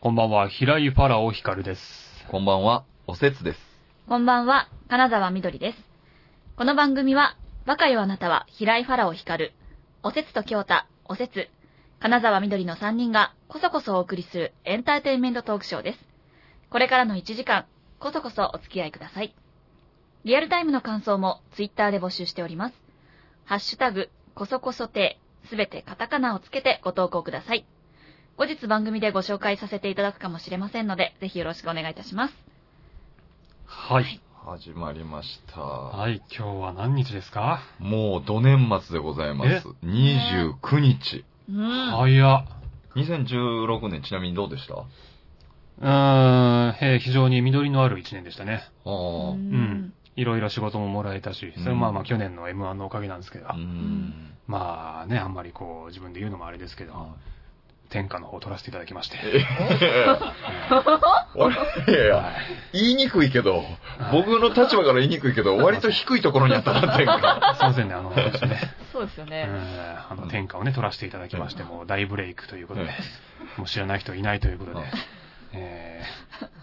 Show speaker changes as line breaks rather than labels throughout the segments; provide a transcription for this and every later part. こんばんは、平井ファラオ光です。
こんばんは、おせつです。
こんばんは、金沢みどりです。この番組は、バカよあなたは平井ファラオ光る、おせつと京太、おせつ、金沢みどりの3人がこそこそお送りするエンターテインメントトークショーです。これからの1時間、こそこそお付き合いください。リアルタイムの感想もツイッターで募集しております。ハッシュタグ、こそこそてすべてカタカナをつけてご投稿ください。後日番組でご紹介させていただくかもしれませんので、ぜひよろしくお願いいたします。
はい。
始まりました。
はい、今日は何日ですか
もう、土年末でございます。29日。
うん。
早っ。
2016年、ちなみにどうでしたあ
うーん、へえ非常に実りのある一年でしたね。
あー。
う。いろいろ仕事ももらえたし、それもまあまあ去年の M1 のおかげなんですけど、
うん。
まあね、あんまりこう自分で言うのもあれですけど、天下の方を取らせていただきまして。
えへへあれいやいや、
はい
言いにくいけど、
はい
僕の立場から言いにくいけど、割と低いところにあったなっていうか。
すいませんね、あの、本当にね、
そうですよ
う
ね。
んあの天下をね、取らせていただきまして、もう大ブレイクということで、もう知らない人いないということで
うん、
え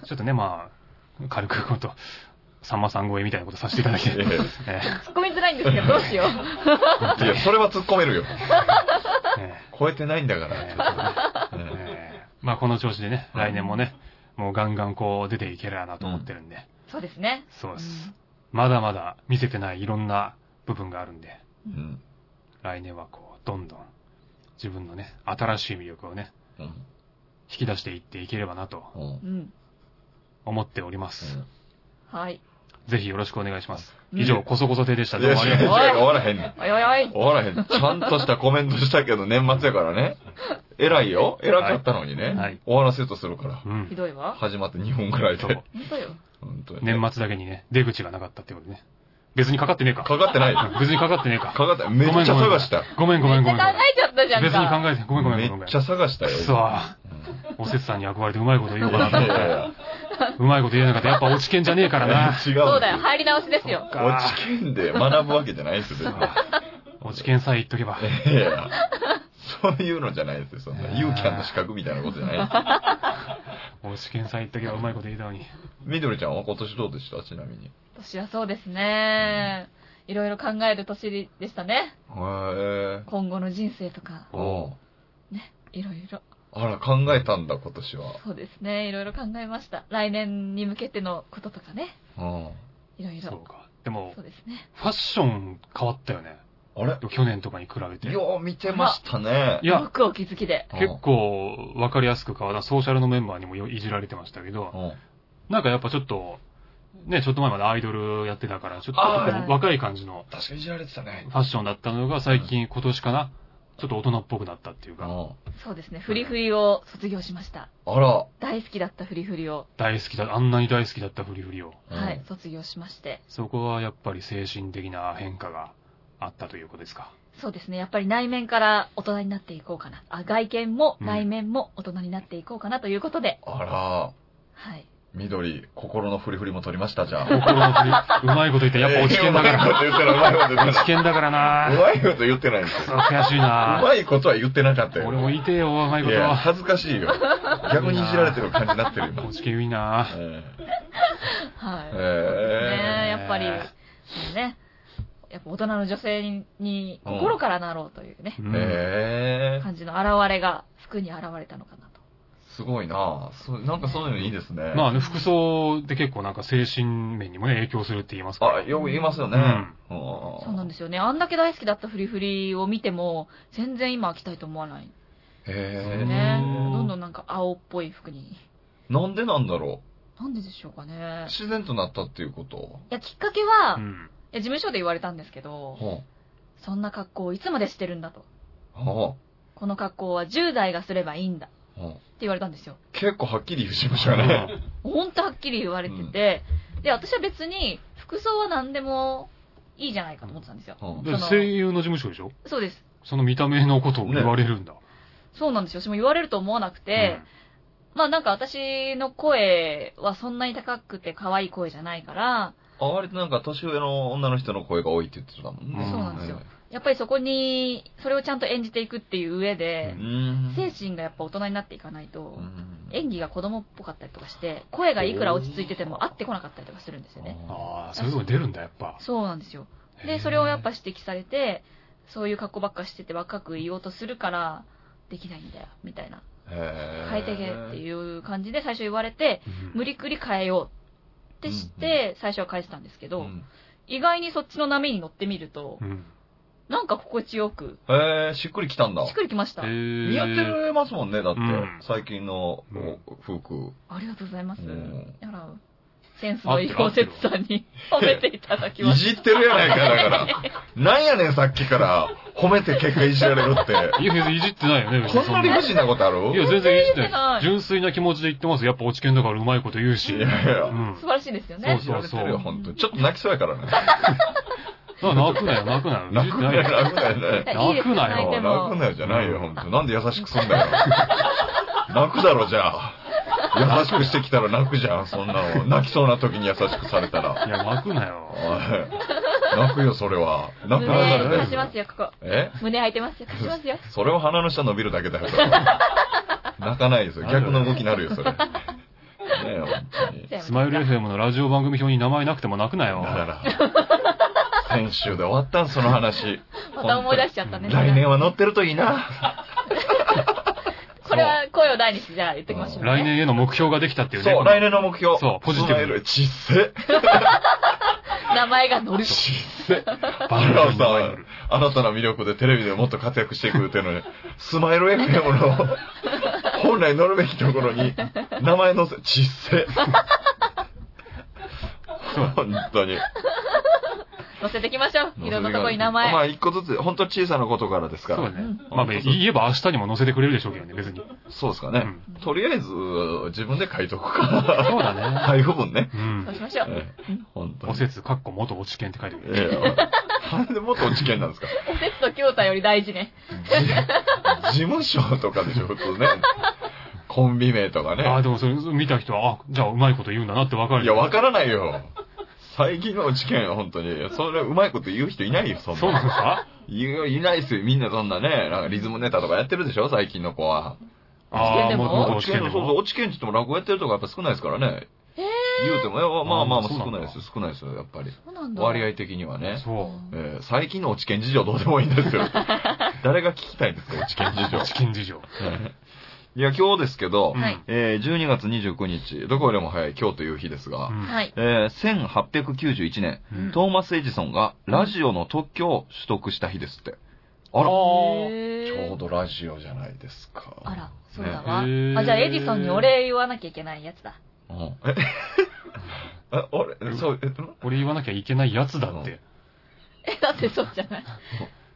ー、ちょっとね、まあ、軽くこと、さんまさん超えみたいなことさせていただき
いやいや
え
突っ込みづらいんですけど、どうし よう。
いや、それは突っ込めるよ。
ーえ
超えてないんだ
ー
か
え
ら。
ーえーまあこの調子でね、来年もね、もうガンガンこう出ていければなと思ってるんで、
そうですね。
そうで
う
す
ん。
まだまだ見せてないいろんな部分があるんで、
うん
来年はこう、どんどん自分のね、新しい魅力をね、
うん
引き出していっていければなと
うん
うん。
思っております。
はい。
ぜひよろしくお願いします。
うん
以上、こそこそ亭でした。
い
どう
や、
もありがとう
終
ございま
わらへんねん。
おいおいおい。
終わらへん。ちゃんとしたコメントしたけど、年末やからね。偉いよ。偉かったのにね。
はい
終わらせようとするから。
す。うん
ひ。どいわ。
始まって2本くらいで
そう。
本当よ。
本当にね
年末だけにね、出口がなかったってことね。別にかかってねえか。
かかってない。か
別にかかってねえか。
かってない。めっちゃ探した。
ごめんご
め
め
っ
ん
ち
ご
ゃ
めん。
考えちゃったじゃんか。
別に考えて、ごめんごめんごめんごめん。
めっちゃ探したよ。
くそーおせつさんに憧れてうまいこと言おうかなと
うんい
思
やい
っ
や
て。うまいこと言えなかった。やっぱ落ち券じゃねえからな。
違う。
そうだよ。。入り直しですよ。
落ち券で学ぶわけじゃないですよ。
落ち券さえ言っとけば。
別にいやいやそういうのじゃないですよ。そん
え
な。
ー
ユーキャンの資格みたいなことじゃない。
落ち券さえ言っとけばうまいこと言えたのに。
みどりちゃんは今年どうでしたちなみに。へ
年はそうですね。いろいろ考える年でしたね。
え。
今後の人生とか、
おう
いろいろ。
あら、考えたんだ、今年は。
そうですね。いろいろ考えました。来年に向けてのこととかね。
うん。
いろい
そう
ろ。
か。でも
そう、ですね。
ファッション変わったよね。
あれ
去年とかに比べて。い
よう見てましたね。
や、
よくお気づきで。
結構わかりやすく変わった。ソーシャルのメンバーにもよいじられてましたけど、
うん。
なんかやっぱちょっと、ね、ちょっと前までアイドルやってたから、ちょっと
あ
ー
若い感じの
確かにいじられてたね
フ。ァッションだったのが最近今年かな、ちょっと大人っぽくなったっていうか、
そうですね。フリフリを卒業しました。
あら。
大好きだったフリフリを、
大好きだ、あんなに大好きだったフリフリを。
うん
はい、卒業しまして。
そこはやっぱり精神的な変化があったということですか。
そうですね。やっぱり内面から大人になっていこうかな。あ、外見も内面も大人になっていこうかなということで。
あら。
はい。
緑、心のフリフリも取りました、じゃあ。
心の振り、うまいこと言って、やっぱ落ち券だか
うまい
ら。
こと言ってない、うまいこと言って
落
な
ち
い。
券だから
う
な
まいこと言ってないんです
そ
よ。
う悔しいうな
まいことは言ってなかったよ。
俺も言いてえよ、うまいこ
いや、
と。
恥ずかしいよ。逆にいじられてる感じになってるよ
落ち券いいな
え
はい。
え
ね
え
えやっぱり、そうね。やっぱ大人の女性にに心からなろうというね
う、
え
ん
ええ
感じの現れが服に現れたのかなと。
すごいなそうなんかそういうのいいですね。
まあね、服装で結構なんか精神面にもね、影響するって言いますから。
あ、よく言いますよね。。
う
そうなんですすよね。あんだけ大好きだったフリフリを見ても、全然今は着たいと思わない。
へえ。
ね。
うん
どんどんなんか青っぽい服に。
なんでなんだろ
なんででしょうかね
う。。自然となったっていうこと。
いや、きっかけは、
う
い
ん。
や事務所で言われたんですけど、
は
そんな格好をいつまでしてるんだと。
あ。は
この格好は10代がすればいいんだ。って
あ。はあ
言われたんですよ。
結構はっきり言うしましたね。
ほんとはっきり言われてて、で、私は別に服装は何でもいいじゃないかと思ってたんですよ。
だって声優の事務所でしょ
そうです。
その見た目のことを言われるんだ。
そうなんですよ。私も言われると思わなくて、まあなんか私の声はそんなに高くて可愛い声じゃないから、
あ割となんか年上の女の人の声が多いって言ってたもんね。
うん
そうなんですよ。やっぱりそこに、それをちゃんと演じていくっていう上で、
ん
精神がやっぱ大人になっていかないと、
うん
演技が子供っぽかったりとかして、声がいくら落ち着いてても合ってこなかったりとかするんですよね。
ああ、そういうの出るんだ、やっぱ。
そうなんですよ。
へえ
で、それをやっぱ、指摘されて、そういう格好ばっかしてて若く言おうとするから、できないんだよ、みたいな。
へー
変えてけっていう感じで最初言われて、
うん
無理くり変えようってして、最初は変えてたんですけど、
うん
意外にそっちの波に乗ってみると
う、ん。
なんか心地よく、
へえ、しっくりきたんだ
しっ。くりきました。
似
似合ってますもんね、だって
うん。
最近の
うん
お夫婦。
ありがとうございます
うん。
やら、センスのいいお節さんに褒めていただきま
いじ
し
ってるやないか、だから。なんやねん、さっきから。褒めて結果いじられるって。
いや、別にいじってないよね、別
こんな理不尽なことあ
いや、
る
全然いじって
全然いじって
な。
ないい
純粋な気持ちで言ってます。やっぱ落ち券だからうまいこと言うし。
いやいや
う
た。
ん
素。晴らしいですよ
そ
ね
う。そう
知られてるよ本当にちょっと泣きそうやからね。
な泣くなよ、泣くなよ。いじ
泣
っ
く
て
な
ないよ。
よ、泣くなよね。
いいです
泣く
よ
なよ
泣い
泣く
ても。
なよじゃないよ、本当。なんで優しくすんだよ。 泣くだろ、じゃあ。優しくしてきたら泣くじゃん、そんなの。泣きそうな時に優しくされたら。
いや、泣くなよ
お。い泣くよ、それは。泣
胸、
くな
るほ
よ
ど
隠
ね
しますよ、ここ。
え
胸開いてますよ、隠しますよ。
それは鼻の下伸びるだけだよ、それ は泣かないですよ。逆の動きになるよ、それ。ねえ、本当に。
スマイル FM のラジオ番組表に名前なくても泣くなよ。
だから、先週で終わったん、その話。
また思い出しちゃったね。
来年は乗ってるといいな。
これは声を大にして、じゃあ言っときましょう、ね。
来年への目標ができたっていうね。
そう、来年の目標。
そうポジティブ
スマイルちっせ。
名前が乗る。
ちっせ。
バンドに名前乗る
あなたの魅力でテレビでもっと活躍していくっていうのに、スマイル FM の本来乗るべきところに、名前載せ、ちっせ。
そう
本当に。
乗せていきましょう。いろんなとこに名前。
まあ、一個ずつ、本当小さなことからですか
そう
ら。
ね。まあ、言えば明日にも載せてくれるでしょうけどね、別に。
そうですか
う
ね。
ん。
とりあえず、自分で書いとくか。
そうだね。
配布分ね。
う。
そうんしましょう。
ええ本当
お
に。
せつ、かっこ元落ち券って書いてくる。
え えなんでもっと事件なんですか
おせつと京太より大事ね。
事務所とかでしょ、普通ね。コンビ名とかね。
ああ、でもそれ見た人は、あ、じゃあうまいこと言うんだなってわかる。
いや、わからないよ。最近の事件は本当に。それ、うまいこと言う人いないよ、そんな。
そうなんですか
言うよ、いないっすよ。みんなそんなね、なんかリズムネタとかやってるでしょ、最近の子は。
ああ、
落研でも
元
落
落ち
研
券
の、
で
そうそう、
も。
落研って言っても落語やってるとかやっぱ少ないですからね。
え
言うても、いやまあまあま
あ
あ
そうなんだ
少ないですよ、少ないですよ、やっぱり。
そうなんだ。
割合的にはね。
そう。
えー最近の落研事情どうでもいいんです よ。誰が聞きたいんですか、落研 事情。
チキン事情。
いや、今日ですけど、
はい
えー12月29日、どこよりも早い今日という日ですが、
は。
はいい。
えー1891年、
うん
トーマス・エジソンがラジオの特許を取得した日ですって。あら、
あ
ち
へー
ょうどラジオじゃないですか。
あら、そうだわ。
ね
あ、じゃあエジソンにお礼言わなきゃいけないやつだ。
うんえ、え、俺、そう、え、うん
俺言わなきゃいけないやつだって。
え、だってそうじゃない。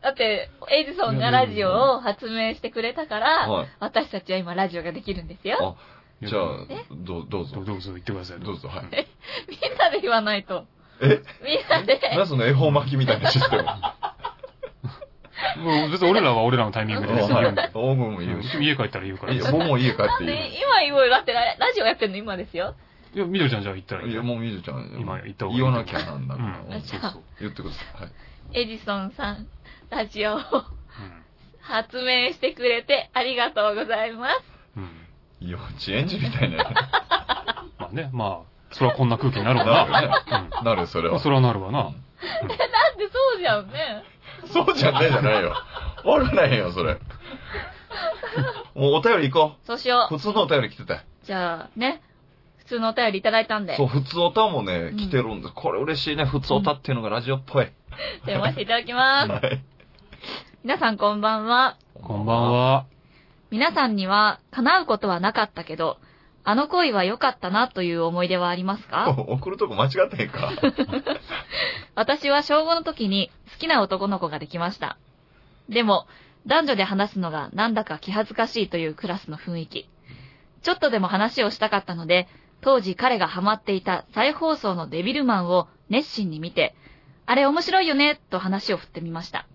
だって、エジソンがラジオを発明してくれたから、
はい。
私たちは今ラジオができるんですよ。
じゃあ、どうど
ど
うぞ
う。どうぞ言ってください。
どうぞ、はい。
みんなで言わないと。
え
みんなで。
何その恵方巻きみたいなシステム。
もう別に俺らは俺らのタイミングで別に言うんだよ
大も言うし。
家帰ったら言うから。い
いや、
や、
も
も
うもう家帰っ
な
て
ん
い
で
い。
今言うだってララジオやってんの今ですよ。
ういや、みどりちゃんじゃあ行ったらいい
い
よ
や、もうみずちゃん、
今言った方がいい
言わなきゃなんだ
う
から。
ん。そうそう。
言ってください。はい
エジソンさん、ラジオを
うん
発明してくれてありがとうございます。
うん。
幼稚園児みたいな。
まあね、まあ、それはこんな空気になるわ
なる
な。
よ ね。なるよ、それ
うん。まあ
は。
それはなるわな。
なんでそうじゃんね。
そうじゃねえじゃないよ。終わらないよ、そ れ。もうお便り行こ
そうしよ
う。普通のお便り来てたよ
う。じゃあ、ね。普通のお便りいただいたんで
そう、、普通おたもね
う、ん
来てるんです。これ嬉しいね。普通おたっていうのがラジオっぽい。
読ませていただきます。
はい。
皆さんこんばんは。
こんばん。は。
皆さんには叶うことはなかったけど、あの恋は良かったなという思い出はありますか
送るとこ間違ってへんか。
私は小5の時に好きな男の子ができました。でも、男女で話すのがなんだか気恥ずかしいというクラスの雰囲気。ちょっとでも話をしたかったので、当時彼がハマっていた再放送のデビルマンを熱心に見て、あれ面白いよね、と話を振ってみました。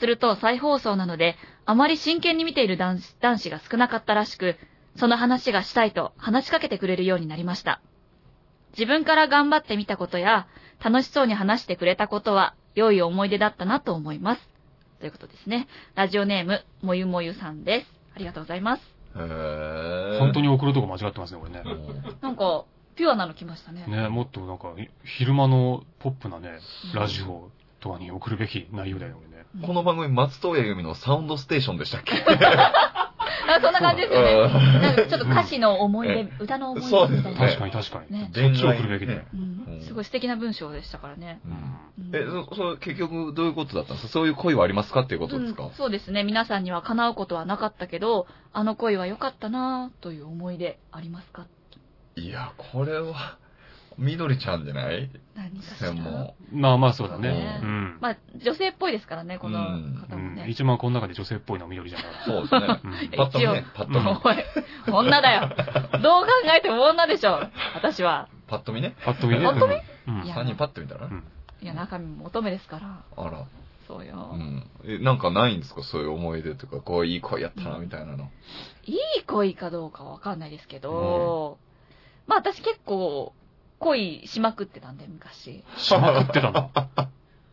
すると再放送なので、あまり真剣に見ている男子男子が少なかったらしく、その話がしたいと話しかけてくれるようになりました。自分から頑張ってみたことや、楽しそうに話してくれたことは良い思い出だったなと思います。ということですね。ラジオネーム、もゆもゆさんです。ありがとうございます。
へー
本当に送るとこ間違ってますね、これね。
なんか、ピュアなの来ましたね。
ね、もっとなんか、い昼間のポップなね、ラジオとかに送るべき内容だよ、これね。
この番組、松任谷由実のサウンドステーションでしたっけ
あ、そんな感じですよね。なんかちょっと歌詞の思い出、歌の思い出みたいな。
そうで
確
す
か
ね
に確かに。
ね
そっちを送るべき
ね
で。
うんすごい素敵な文章でしたからね。
うん
うん
え、そ、それ結局どういうことだったんですかそういう恋はありますかっていうことですか、
うんそうですね。皆さんには叶うことはなかったけど、あの恋は良かったなぁという思い出ありますか
いや、これは、みどりちゃんじゃない
何かしら。
専門。
まあまあそうだ
ね
ね。うん。
まあ、女性っぽいですからね、この
う
方も
ん
ね。
一番この中で女性っぽいのは緑じゃない。
そうです ね。
うん
パッと見ね、パッと見、
うん
おい、 女だよ。どう考えても女でしょ。私は。
パッと見ね。
パッと見ね。
本当に
うんうん
いや
3人パッと見たら、
うん
いや、中身も乙女ですから。
あら、
そうよ。
うん。え、なんかないんですかそういう思い出とか、こういい恋やったな、みたいなの。
いい恋かどうかわかんないですけど、まあ私結構恋しまくってたんで、昔。
しまくってたの。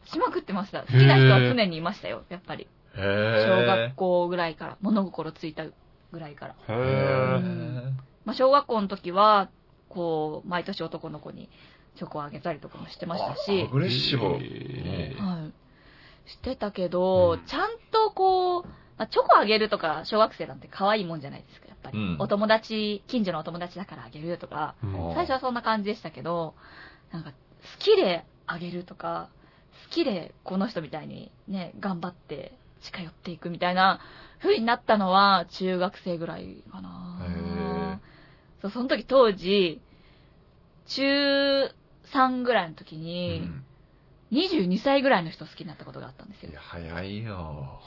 しまくってました。好きな人は常にいましたよ、やっぱり。
へ
小
え
学。校ぐらいから、物心ついたぐらいから。
へ
へ
ー
ー
まあ小学校の時は、こう、毎年男の子にチョコをあげたりとかもしてましたし
あ、フレッシュを
えー
はい。してたけど、
うん
ちゃんとこう、まあ、チョコあげるとか、小学生なんて可愛いもんじゃないですか、やっぱり。
うん
お友達、近所のお友達だからあげるとか、
うん
最初はそんな感じでしたけど、なんか、好きであげるとか、好きでこの人みたいにね、頑張って近寄っていくみたいな風になったのは中学生ぐらいかな。そう、その時当時、中3ぐらいの時
う
に、
ん
22歳ぐらいの人好きになったことがあったんですよ
いや、。早いよ。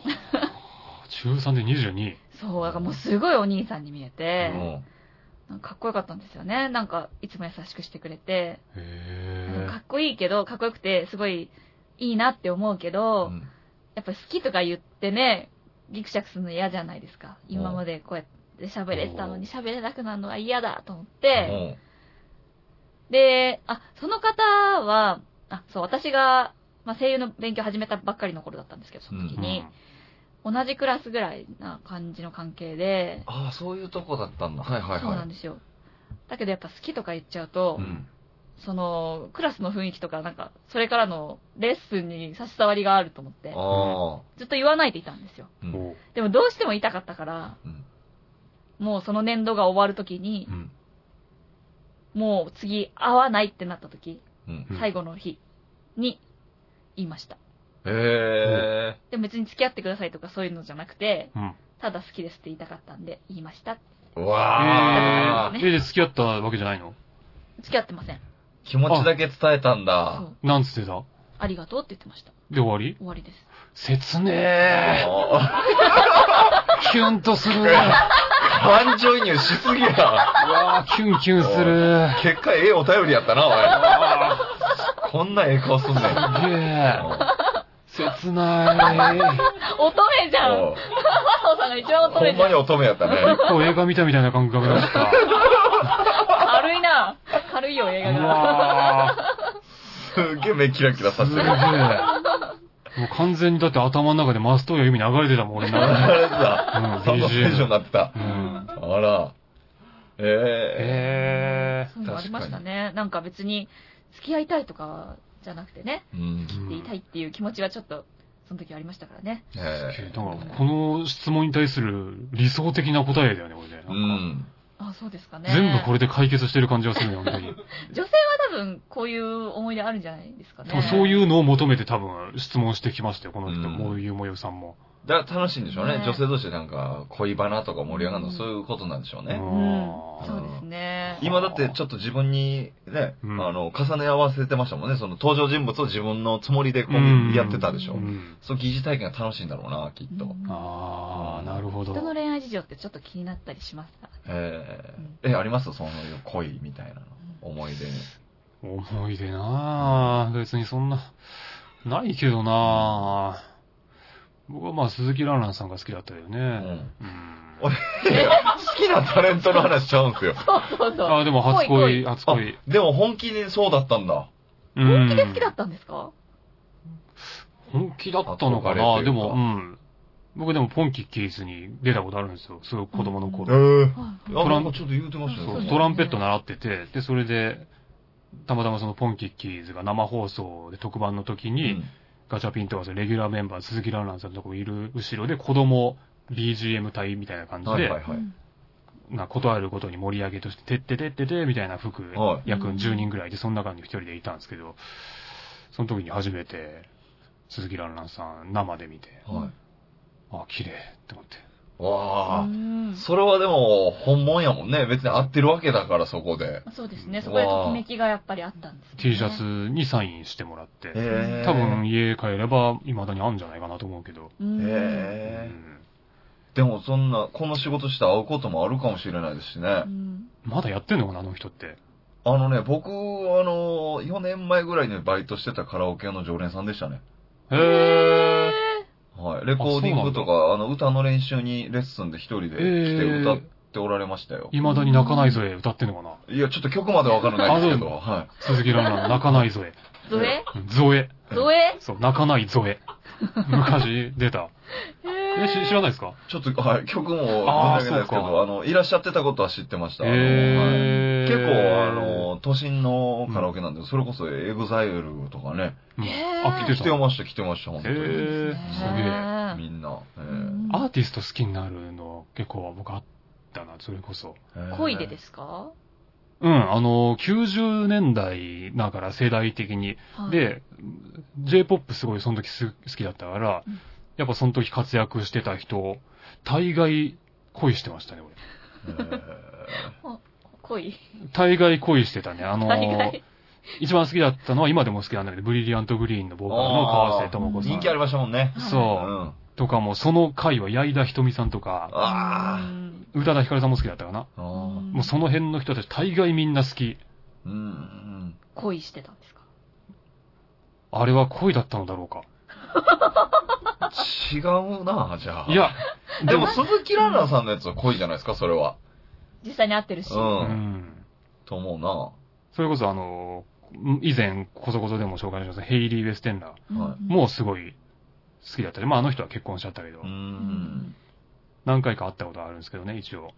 中3で22。
そう、だからもうすごいお兄さんに見えて、
うん
なんかかっこよかったんですよね。なんか、いつも優しくしてくれて、
へ
かっこいいけど、かっこよくて、すごいいいなって思うけど、
うん
やっぱ好きとか言ってね、ギクシャクするの嫌じゃないですか。
うん
今までこうやって喋れてたのに喋れなくなるのは嫌だと思って、で、あ、その方は、あ、そう、私が、まあ、声優の勉強始めたばっかりの頃だったんですけど、その時
ー
に、同じクラスぐらいな感じの関係で、
ああ、そういうとこだったんだ。はいはいはい。
そうなんですよ。だけどやっぱ好きとか言っちゃうと、
うん
その、クラスの雰囲気とか、なんか、それからのレッスンに差し障りがあると思って、
あ
ずっと言わないでいたんですよ。
うん
おう
でもどうしても言いたかったから、
うん
もうその年度が終わるときに
あ。う、ん。
もう次会わないってなったとき、
うん。
うん
最後の日に言いました。
へえ。
でも別に付き合ってくださいとかそういうのじゃなくて、
うん
ただ好きですって言いたかったんで言いました。
う
え
わあ。
ーえで付き合ったわけじゃないの
付き合ってません。
気持ちだけ伝えたん
そ
だ。
う。
なんつってた
ありがとうって言ってました。
で終わり
終わり です。
切ね
あ
え。キュンとする。うわ
ー感情移入しすぎや。
あキュンキュンする。
結果、ええお便りやったな、
あ
おい。こんなええ顔すんね ん。
あすげえ。切ない。
乙女じゃん
おう
佐藤さんが一番乙
ほ
女
ん
じゃ
ま
ん
に乙女やったね。
結構映画見たみたいな感覚だった。
軽いな軽いよ、映画
う
が。
わあ
すげえ目キラキラさ
す
せ
げ
て
え
る。あ。
もう完全にだって頭の中でマストや意味流れてたもん、俺の中で。
れだ
う。ん
サンドステーションになってた
う。ん。
あら。え
え
え。
そういうのありましたね。なんか別に、付き合いたいとかじゃなくてね、
うん。
え
言いたいっていう気持ちはちょっと、その時ありましたからね。
ええ。
だから、この質問に対する理想的な答えだよね、これね。なんか
うん。
あ、そうですかね。
全部これ
れ。
で解決してる感じがするね、本当に。
女性は多分、こういう思い出あるんじゃないですかね。
多。分そういううのを求めて多分質問してきましたよ、この人。
うん
もうゆうもゆうさんも。
だから楽しいんでしょうね。
ね
女性同士でなんか恋バナとか盛り上がるのはそういうことなんでしょうね。
うん。
あ
そ
ー
うですね。
今だってちょっと自分にね、
うん
あの、重ね合わせてましたもんね。その登場人物を自分のつもりでこ
うん
うやってたでしょ。
うん
その疑似体験が楽しいんだろうな、きっ
う
と。
ん
ああ、なるほど。
人の恋愛事情ってちょっと気になったりしますからね。
えーえ、ありますその恋みたいなの。思い出に。
思い出なあ別にそんな、ないけどなあ僕はまあ鈴木ランランさんが好きだったよ
う
ね。
ん
うん
俺好きなタレントの話しちゃうんですよ。
そうそうそう。
あ、でも初
恋恋
恋、初恋。
でも本気にそうだったんだ。
本
好きで好きだったんですか
本気だったのかな
憧れというか
でも、うん。僕でもポンキッキーズに出たことあるんですよ。すごい子供の
え
頃。
ー。
はい
トラン
あ、なんかちょっと言うてました
そ
よ
う
ね。
トランペット習ってて、で、それで、たまたまそのポンキッキーズが生放送で特番の時
う
に、
ん
ガチャピンとかそのレギュラーメンバー、鈴木蘭蘭さんのとこいる後ろで子供 BGM 隊みたいな感じで、
はいはいはい。
な断ることに盛り上げとして、てっててっててみたいな服、
はい
約10人ぐらいで、その中に一人でいたんですけど、その時に初めて、鈴木蘭蘭さん生で見て、
はい。
あ、綺麗って思って。
わあ。
うん
それはでも、本物やもんね。別に合ってるわけだから、そこで。
そうですね。そこでときめきがやっぱりあったんです、ね。
T シャツにサインしてもらって、
へー
多分。家帰れば未だにあるんじゃないかなと思うけど。
うん。
へ
う
ー
ん
でもそんな、この仕事して会うこともあるかもしれないですしね
う。ん
まだやってんのかな、あの人って。
あのね、僕、あの、4年前ぐらいにバイトしてたカラオケ屋の常連さんでしたね。
へー。
はい。レコーディングとか、あの、歌の練習にレッスンで一人で来て歌っておられましたよ。
未だに泣かないぞえ歌ってんのかない
や、ちょっと曲までわからないですけど、
あ
は
鈴木蘭蘭の泣かないぞえ。
ゾエ
ゾエ。
ゾエ
そう、泣かないゾエ。昔出た。え、し知らないですか
い。ちょっと、はい、曲も全然
あー
わけないですけ
そう
ど、
か
あの、いらっしゃってたことは知ってました。あのはい
へ
結構、あ、の、都心のカラオケなんで、それこそエグザイルとかね。
うん
へー
あ、来て
来て
た。
ました、来てました、本当
へ
に。
ーすげえ。
げ
みんな。え
アーティスト好きになるの結構僕あったな、それこそ。
え
恋でですか
うん、あの、90年代だから世代的に。、で、J-POP すごいその時す好きだったから
うん、
やっぱその時活躍してた人、大概恋してましたね、俺。
えー
恋
大概恋してたね。あの、
大概。
一番好きだったのは今でも好きなんだけど、ブリリアントグリーンのボーカルの川瀬智子さ
人気あ
ん。
りましたもんね。。
そううんとかも、その回は矢井田瞳さんとか、
あ
宇多田ヒカルさんも好きだったかな。
ーあ
もうその辺の人たち大概みんな好き。
ー。うんうん。
恋してたんですか
あれは恋だったのだろうか。
違うな、じゃあ。
い、や、
でも鈴木ランランさんのやつは濃いじゃないですか、それは。
実際に会ってるし。
う。
うんん。
と思うな。
それこそあの、以前、こそこそでも紹介しました、ヘイリー・ウェステンラー
は
もうすごい好きだったり、まああの人は結婚しちゃったけど
う、
うんん。。
何回か会ったことあるんですけどね、一応、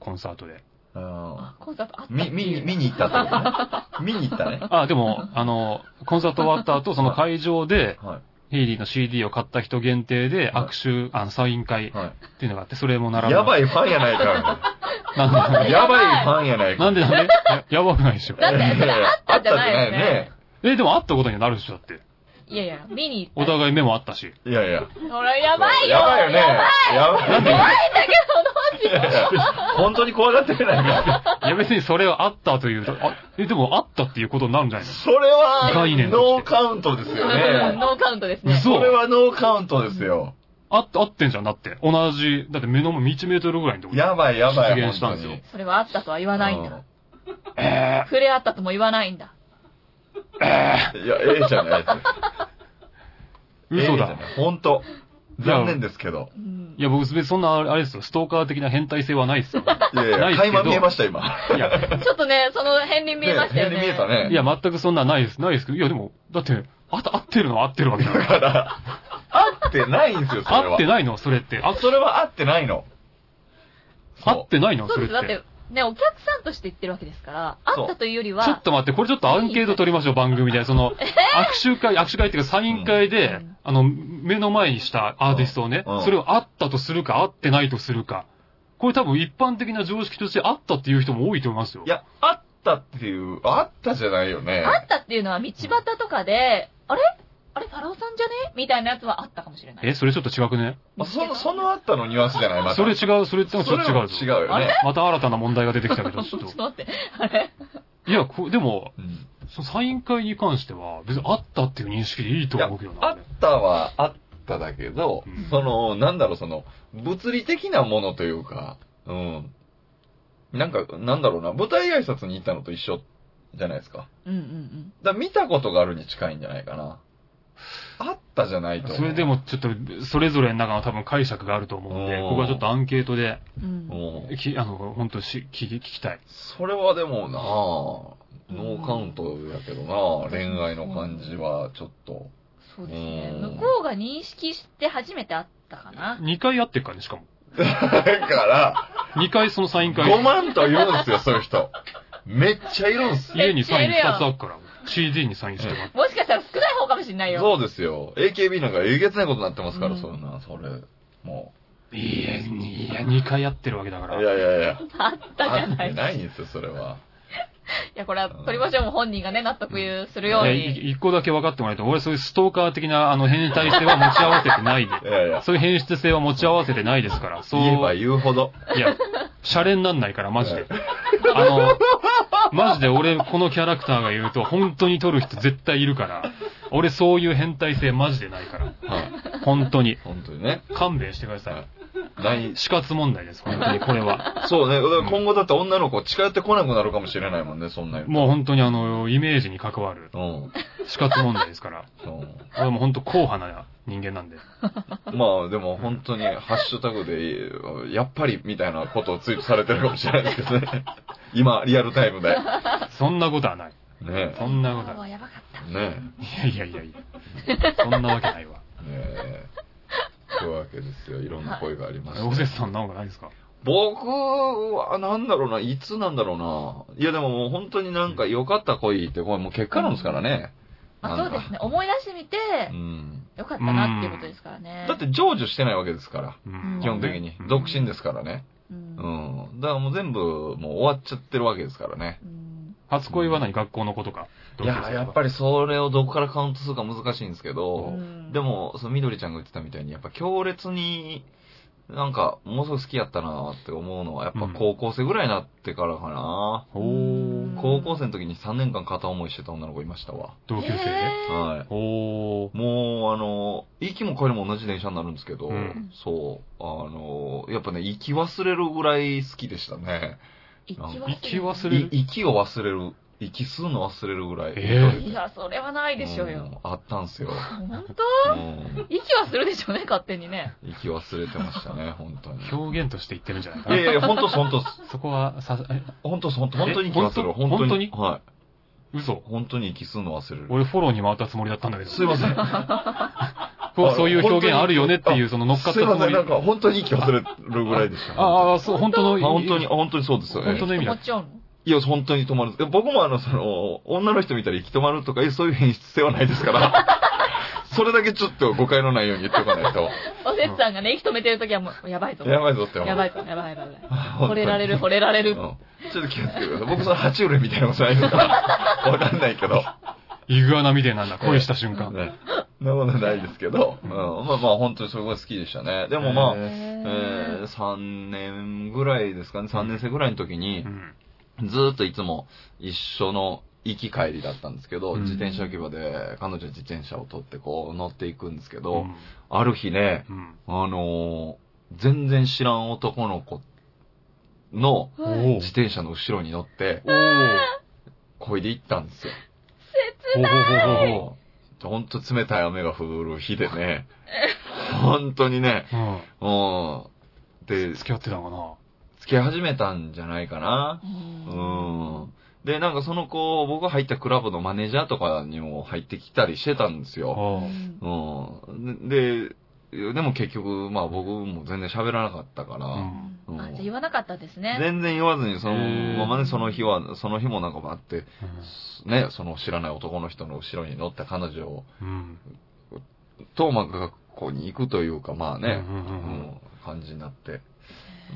コンサートで。
うん
あ、コンサートあったって
み、
いう
見に、見に行ったってこ とね。見に行ったね。
あ、でも、あの、コンサート終わった後、その会場で、
は
ヘイリーの CD を買った人限定で握手、あの、サイン会っ
い。は
ていうのがあって、それも並
い。
ぶ。
やば
い。
いファンやないか。
なん で、
やばいファンやないか。
なんで なんでややばくないでしょ。
だって
あったじゃないよね。
え、でも会ったことになるでしょ、だって。
いやいや、見に行
お
った。
互い目もあったし。
いやいや。
ほら、やばいよ
やばいよね。やばいよね。
だけど、どうしよ
本当に怖がってるやないか。
いや別にそれはあったというと、あ、え、でもあったっていうことになるんじゃないの
それは、
概念として
ノーカウントですよ
う。
ね。
ノーカウントですね。
嘘
それはノーカウントですよ。
あっ、あってんじゃん、だって。同じ、だって目の前1メートルぐらいのとこ
やばいやばい。
出現したんですよ
それはあったとは言わ
本当に
ないんだ。触れ合ったとも言わないんだ。
うんいや、ええじゃない。
嘘
ええじゃ
だ。
ない。本当。残念ですけど。
うん
いや、僕別にそんな、あれですよ、ストーカー的な変態性はない ですよ。
いやいや
ない、ですけ
垣
ど
間見えました、今。
いや、
ちょっとね、その辺に見えましたよね。
ね見えた。ね。
いや、全くそんなないです、ないですけど、いや、でも、だって、あた合ってるのは合ってるわけだか
だ
ら。
から、合ってないんですよ、 それは。
合ってないのそれって。あ
あ、それは合ってないの。
合ってないの
そ
そう
で
れっ
す。だってて。、ね、お客さんとして言ってるわけですから、
そう
会ったというより
ちょっ
は、
と待って、これちょっとアンケート取りましょう、番組で。その、握手会、握手会っていうかサイン会で
うん、
あの、目の前にしたアーティストをね
うん、
それをあったとするか、あってないとするか。これ多分一般的な常識としてあったっていう人も多いと思いますよ
い。や、あったっていう、あったじゃないよね。
会ったっていうのは道端とかで、あれあれ、ファラオさんじゃねみたいなやつはあったかもしれない。
え、それちょっと違くね
まあ、その、そのあったのニュアンスじゃない、また。
それ違う、それってもちょっと違うぞ。
それも違うよね。
また新たな問題が出てきたけど、
ち
ち
ょ
ょ
っ
っ
と
と。
待って。あれ
いや、こうでも、
うん
そのサイン会に関しては、別にあったっていう認識でいいと
いや
思うけどな。
あったはあっただけど、
うん
その、なんだろう、その、物理的なものというか、うん。なんか、なんだろうな、舞台挨拶に行ったのと一緒じゃないですか。
うんうんうん。
だから見たことがあるに近いんじゃないかな。あったじゃないと思う。
それでもちょっと、それぞれの中の多分解釈があると思うんで、
うん
ここはちょっとアンケートで、
うん
うん、
きあの、本当し聞き聞きたい。
それはでもなノーカウントやけどな、恋愛の感じはちょっと。
そうですね。
うん
向こうが認識して初めて会ったかな。
2回やってっからね、しかも。
だから、
2回そのサイン会。
5万と言うんですよ、そういう人。めっちゃいるんすよ。
家にサイン2つあるから、CD にサインしてもらって。
もしかしたら少ない方かもしれないよ。
そうですよ。AKB なんかえげつないことになってますから、
うん
そんな、それ。も
いや、いや、2回やってるわけだか
う。
ら。
いやいやいや。
あったじゃない。
合ってないんですよ、それは。
いや、これは取りましょうも本人がね、納得するよう
いや
に。
い一個だけ分かってもらえたら、俺そういうストーカー的な、あの、変態性は持ち合わせてないで。
いやいや。
そういう変質性は持ち合わせてないですから、そう、
言えば
い
言うほど。
や、シャレになんないから、マジで。あの、マジで俺、このキャラクターが言うと、本当に撮る人絶対いるから、俺そういう変態性マジでないから、
はい。
本当に。
本当にね。
勘弁してくださ。
はいない。
死活問題です、本当に、これは。
そうね。だから今後だって女の子近寄ってこなくなるかもしれないもんね、そんなに。
もう本当にあの、イメージに関わる
うん。
死活問題ですから。
う
俺も本当硬派な人間なんで。
ん。まあでも本当に、ハッシュタグで、やっぱりみたいなことをツイートされてるかもしれないですけどね。今、リアルタイムで。
そんなことはない。
ね
そんなこと
あ
は
ーやばかった。
え。ねえ。
ない。いやいやいやいや。そんなわけないわ。
ねえ。そういうわけですよ。いろんな声がありま
オ
し
セ
た。
スさんなんかないですか
僕は、なんだろうな、いつなんだろうな。いやでももう本当になんか良かった恋って、これもう結果論ですからね。
あ、そうですね。思い出してみて、
うん。
よかったなっていうことですからね。
だって成就してないわけですから。
うん
基本的に
う。ん
独身ですからね。
うん、
うん。だからもう全部、もう終わっちゃってるわけですからね。
うん
初恋は何学校のことか。
いや、やっぱ
り。
りそれをどこからカウントするか難しいんですけ
う
ど、
ん
で、も、その緑ちゃんが言ってたみたいに、やっぱ強烈に、なんか、もうすぐ好きやったなって思うのは、やっぱ高校生ぐらいになってからかな、
おー
うん
高校生の時に3年間片思いしてた女の子いましたわ。
同級生で。
へー
はい。
おー。
もう、あの、行きも帰りも同じ電車になるんですけど、
うん
そう、あの、やっぱね、行き忘れるぐらい好きでしたね。
行き
行き忘
る。
れる。
い息を忘れる。息吸うの忘れるぐらい。
え
いや、それはないでしょう
うん
よ。。
あったんすよ。
本当
うん
息はするでしょうね、勝手にね。
息忘れてましたね、本当に。
表現として言ってるんじゃないか
いやい
な。
や、本当本当
そこは、さ、え、
本当本当本当に息忘れ
え
る。
本当
本当
本
に。はい。
嘘。
本当に息吸うの忘れる。
俺フォローに回ったつもりだったんだけど。
すいません。
こうそういう表現あるよねっていう、
あ
その乗っかった
す
つ
い
も
ませ
り
ん、。なんか本当に息忘れるぐらいでした。
あ
あ、
あ、そう、本当の。
本当に、あ。本当にそうですよ
本当
ね。
の意味
思
だ
っ。ちゃうの
いや、本当に止まる。いや僕もあの、その、女の人見たら息止まるとか、そういう変質性はないですから。 それだけちょっと誤解のないように言っておかない と。
おせつさんがね、息止めてるときはもう、やばいぞ。
やばいぞって思う。
やばいぞ、やばいやばいやばい。
本当
惚
に
れられる、惚れられ
うん
る。
ちょっと気をつけてください。僕その爬虫類みたいなことないですから、わかんないけど。
イグアナみたいなんだ、恋した瞬間。
ね。そんなことないですけど、うん、まあまあ本当にそれが好きでしたね。でもまあ、
へ
えー、3年ぐらいですかね、3年生ぐらいの時に
う、ん。
ずーっといつも一緒の行き帰りだったんですけど、
うん
自転車置き場で彼女は自転車を取ってこう乗っていくんですけ
う
ど、
ん
ある日ね、
うん。
あのー全然知らん男の子の
お
はい
ー
自転車の後ろに乗って、
おー。
こいで行ったんですよ。
ほうほうほうほ
そう。ほんと冷たい雨が降る日でね。本当にね。
う。うん。
うん。で、
付き合ってたのかな
付き合い始めたんじゃないかな。
う
うんん。で、なんかその子、僕入ったクラブのマネージャーとかにも入ってきたりしてたんですよ。
あ
うん。で、ででも結局、まあ僕も全然喋らなかったか
あ。う
ら、
ん。
うん
あ、じゃあ言わなかったですね。
全然言わずにそのまま
へー
ね、その日は、その日もなんかあって、
う
ね、その知らない男の人の後ろに乗った彼女を
ん。
と、まあ、学校に行くというか、まあね、
うんうんうんうん
うん感じになって。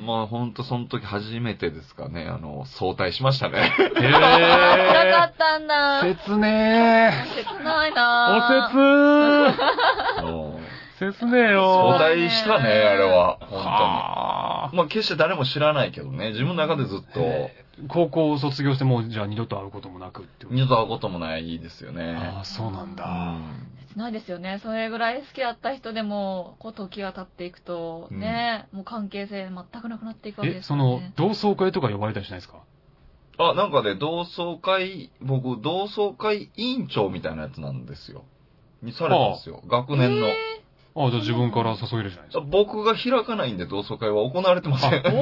まあ、ほんと、その時初めてですかね、あの、早退しました ね。
へ
辛か
え
ったんだ。
ー。切ね
切ない
え。お
なぁ。
せ
うん
つ切ねえ
早
よ
そうだよ
退したね、あれは。本
は
当に。まあ、決して誰も知らないけどね、自分の中でずっと、
あ高校を卒業してもうじゃあ二度と会うこともなくってこと
二度と会うこともないですよ
あ
ね。
あ、そうなん
う
だ。
ん
切ないですよね。それぐらい好きだった人でも、こう時が経っていくと、ね、もう関係性全くなくなっていくわけ
え、
です
そ
からね
の、同窓会とか呼ばれたりしないですか
あ、なんかね、同窓会、僕、同窓会委員長みたいなやつなんですよ。にされたんですよ。学年の。
え
ああ、じゃあ自分から誘えるじゃないですか。
僕が開かないんで同窓会は行われてません。
あ開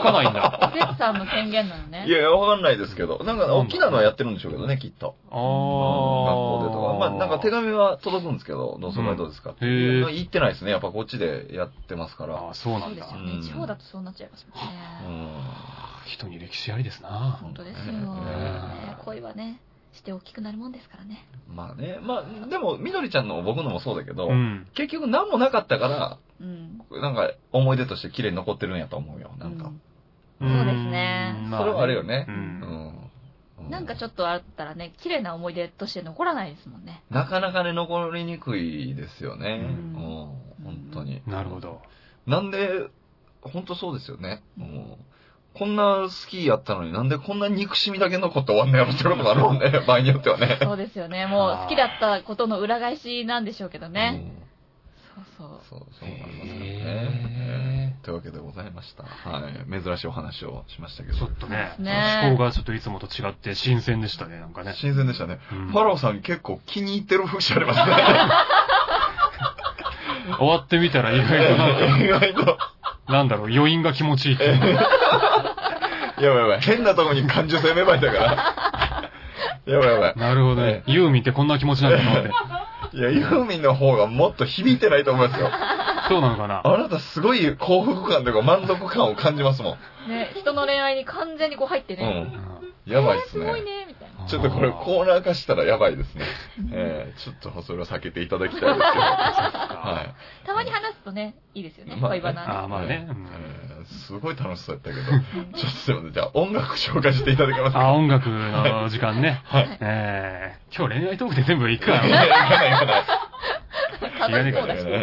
かないんだ。
おせつさんの権限なのね。
いやいや、わかんないですけど。なんか、大きなのはやってるんでしょうけどね、きっと。
あ
学校でとか。ま
あ。
あ、なんか手紙は届くんですけど、同窓会どうですかって。
へ
いや
え。
行ってないですね。やっぱこっちでやってますか
あ
ら
あ、。そうな
そうんで
だ
すよ。
う
ね。
ん
地方だとそうなっちゃいますもん
う
ね。
ん
人に歴史ありですな。
本当ですよ。
ね
ね恋はね、して大きくなるもんですからね。
まあね、まあ、でも、みどりちゃんの僕のもそうだけど
う、ん。
結局何もなかったから、
うん。
なんか思い出として綺麗に残ってるんやと思うよ。なんか。
そうですね
うん
それはあるよね
う。
うんん。
うんなんかち
ょっ
ょっとあったらね、綺麗な思い出として残らないですもんね。
と。なかなかね、残りにくいですよね。
う
うんん。本当に。
なるほ。ど。
なんで、本当そうですよね。うんこんな好きやったのになんでこんな憎しみだけ残って終わんのやろってことがあるもんね。場合によってはね。
そうですよね。もう好きだったことの裏返しなんでしょうけどね。そう
うん。
そ
そう、そうなりますよ
へ
ね。というわけでございました。はい。珍しいお話をしましたけ
え。
ど
ちょ。っとね、
ね
思考がちょっといつもと違って新鮮でしたね、なんかね。
新鮮でしたね。
う
フ
ん
ァローさん結構気に入ってる節あります ね。
終わってみたら意外となん
意外と。
か、なんだろう、余韻が気持ちいいっていうか。
やばいやばい。変なとこに感受性芽生え たから。やばいやばい。
なるほどね。ユーミンってこんな気持ちなんだと思っ て。
いや、ユーミンの方がもっと響いてないと思いますよ。
そうなのかな
あなたすごい幸福感というか満足感を感じますもん。
う。ね、人の恋愛に完全にこう入って
う
ね。
ん。やばいです
すごい
ね。
ね、みたいな。
ちょっとこれコーナー化したらやばいですね。えー、ちょっとそれは避けていただきたいです けど。は
あ
い。
たまに話すとね、いいですよね。
まあね
ー
恋バナ
あー、まあね。うん
えーすごい楽しそうやったけど。ちょっとすいません。じゃあ音楽紹介していただけ ますか
あー、音楽の時間ね。
はい
えー今日恋愛トークで全部行く
い
か
やい
ら。
やいやいや
いらねえか
だよ
楽しそうだ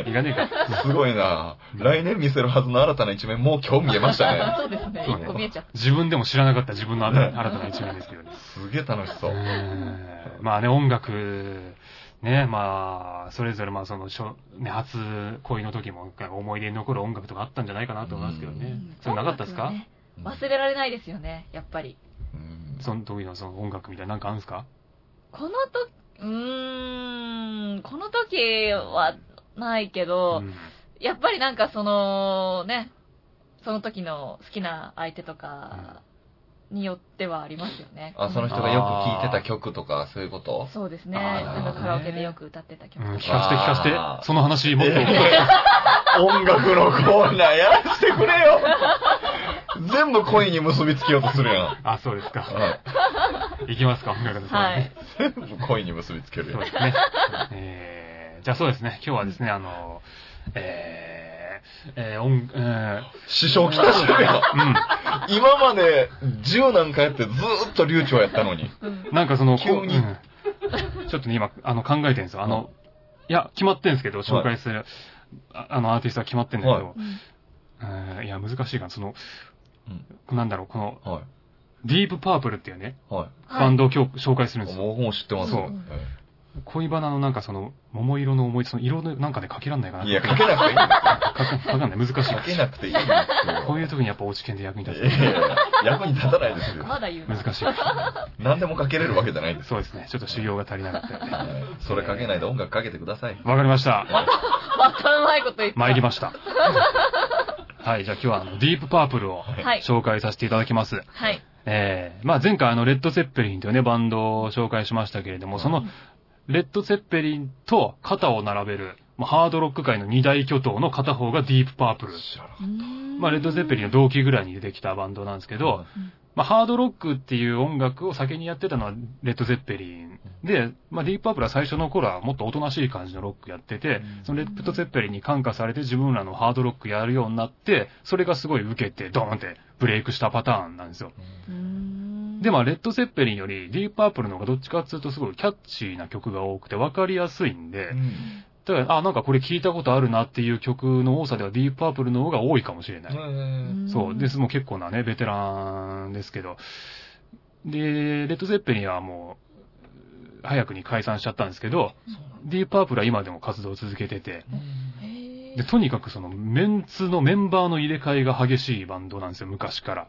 し。
いらねえか。
すごいな来年見せるはずの新たな一面、もう今日見えましたね。
そうですね。
そうね
一個見えちゃった。
自分でも知らなかった自分の新たな一面ですけどね。
すげえ楽しそう。
う
うん
まあね、音楽、ね、まあ、それぞれまあその、しょね、初恋の時も思い出に残る音楽とかあったんじゃないかなと思いますけど
う
ね。それなかったですか、
音楽はね忘れられないですよね、やっぱり。
ん
その時のその音楽みたいななんかあるんですか
このと、うーん、この時はないけど、
うん
やっぱりなんかその、ね、その時の好きな相手とかによってはありますよね。
あ、その人がよく聴いてた曲とか、そういうこと
そうですね。
あー
なんかカラオケでよく歌ってた曲
う
と
ん、聞かせて聞
か。
かせて、その話もっと。
音楽のコーナーやらせてくれ よ全部恋に結びつけようとするやん。
あ、そうですか。
はい
いきますか、音楽のコーナー
は
ね
い。
全部恋に結びつけるや
そうんで。すね。えー、じゃあそうですね、今日はですね、あの、えー、えー、音、え
師匠来たしるやん。
ー、うん。
今まで10何回やってずーっと流暢やったのに。
うん
なんかその、
急に
こううんちょっとね、今、あの、考えてるんですよ。あの、いや、決まってるんですけど、紹介する、ああの、アーティストは決まってるんだけど、
うん
うんいや、難しいかな。その、なんだろう、この、
は
ディープパープルっていうね、
い。は
バンドを今日紹介するんで
い。
すよ。
僕も知ってます。
そう
はい
恋バナのなんかその、桃色の思い出、その色のなんかでかけらんないかな。
いや、かけなくていいんだ
かかかかんない。難しい
かけ
か
なくていいんです
ら。
よ。
こういう時にやっぱ落ち券で役に立
いやいや役に立たないですよ。
まだ言うの。
つ。難しい。
何でもかけれるわけじゃないんです。
そうですね。ちょっと修行が足りなかったよね。
はいそれかけないで音楽かけてください。
わかりました。
わかんないこと言って。
参り
ま
ました。はい、じゃあ今日はあのディープパープルを
す。はい。
紹介させていただきます。
はい。
えー、まあ前回あの、レッド・セッペリンというね、バンドを紹介しましたけれども、その、レッド・セッペリンと肩を並べる、まあ、ハードロック界の二大巨頭の片方がディープ・パープル。まあ、レッド・セッペリンの同期ぐらいに出てきたバンドなんですけど、まあ、ハードロックっていう音楽を先にやってたのはレッド・ゼッペリン。で、まあ、ディープ・パープルは最初の頃はもっとおとなしい感じのロックやってて、
うん
そのレッド・ゼッペリンに感化されて自分らのハードロックやるようになって、それがすごい受けてドーンってブレイクしたパターンなんですよ。
うん
で、まあ、レッド・ゼッペリンよりディープ・パープルの方がどっちかっていうとすごいキャッチーな曲が多くて分かりやすいんで、だから、あ、なんかこれ聞いたことあるなっていう曲の多さではディープ・パープルの方が多いかもしれない。そう。で、
す。
その結構なね、ベテランですけど。で、レッド・ゼッペリンはもう、早くに解散しちゃったんですけど、ディープ・パープルは今でも活動を続けてて、
へ
で、
ー
とにかくそのメンツのメンバーの入れ替えが激しいバンドなんですよ、昔から。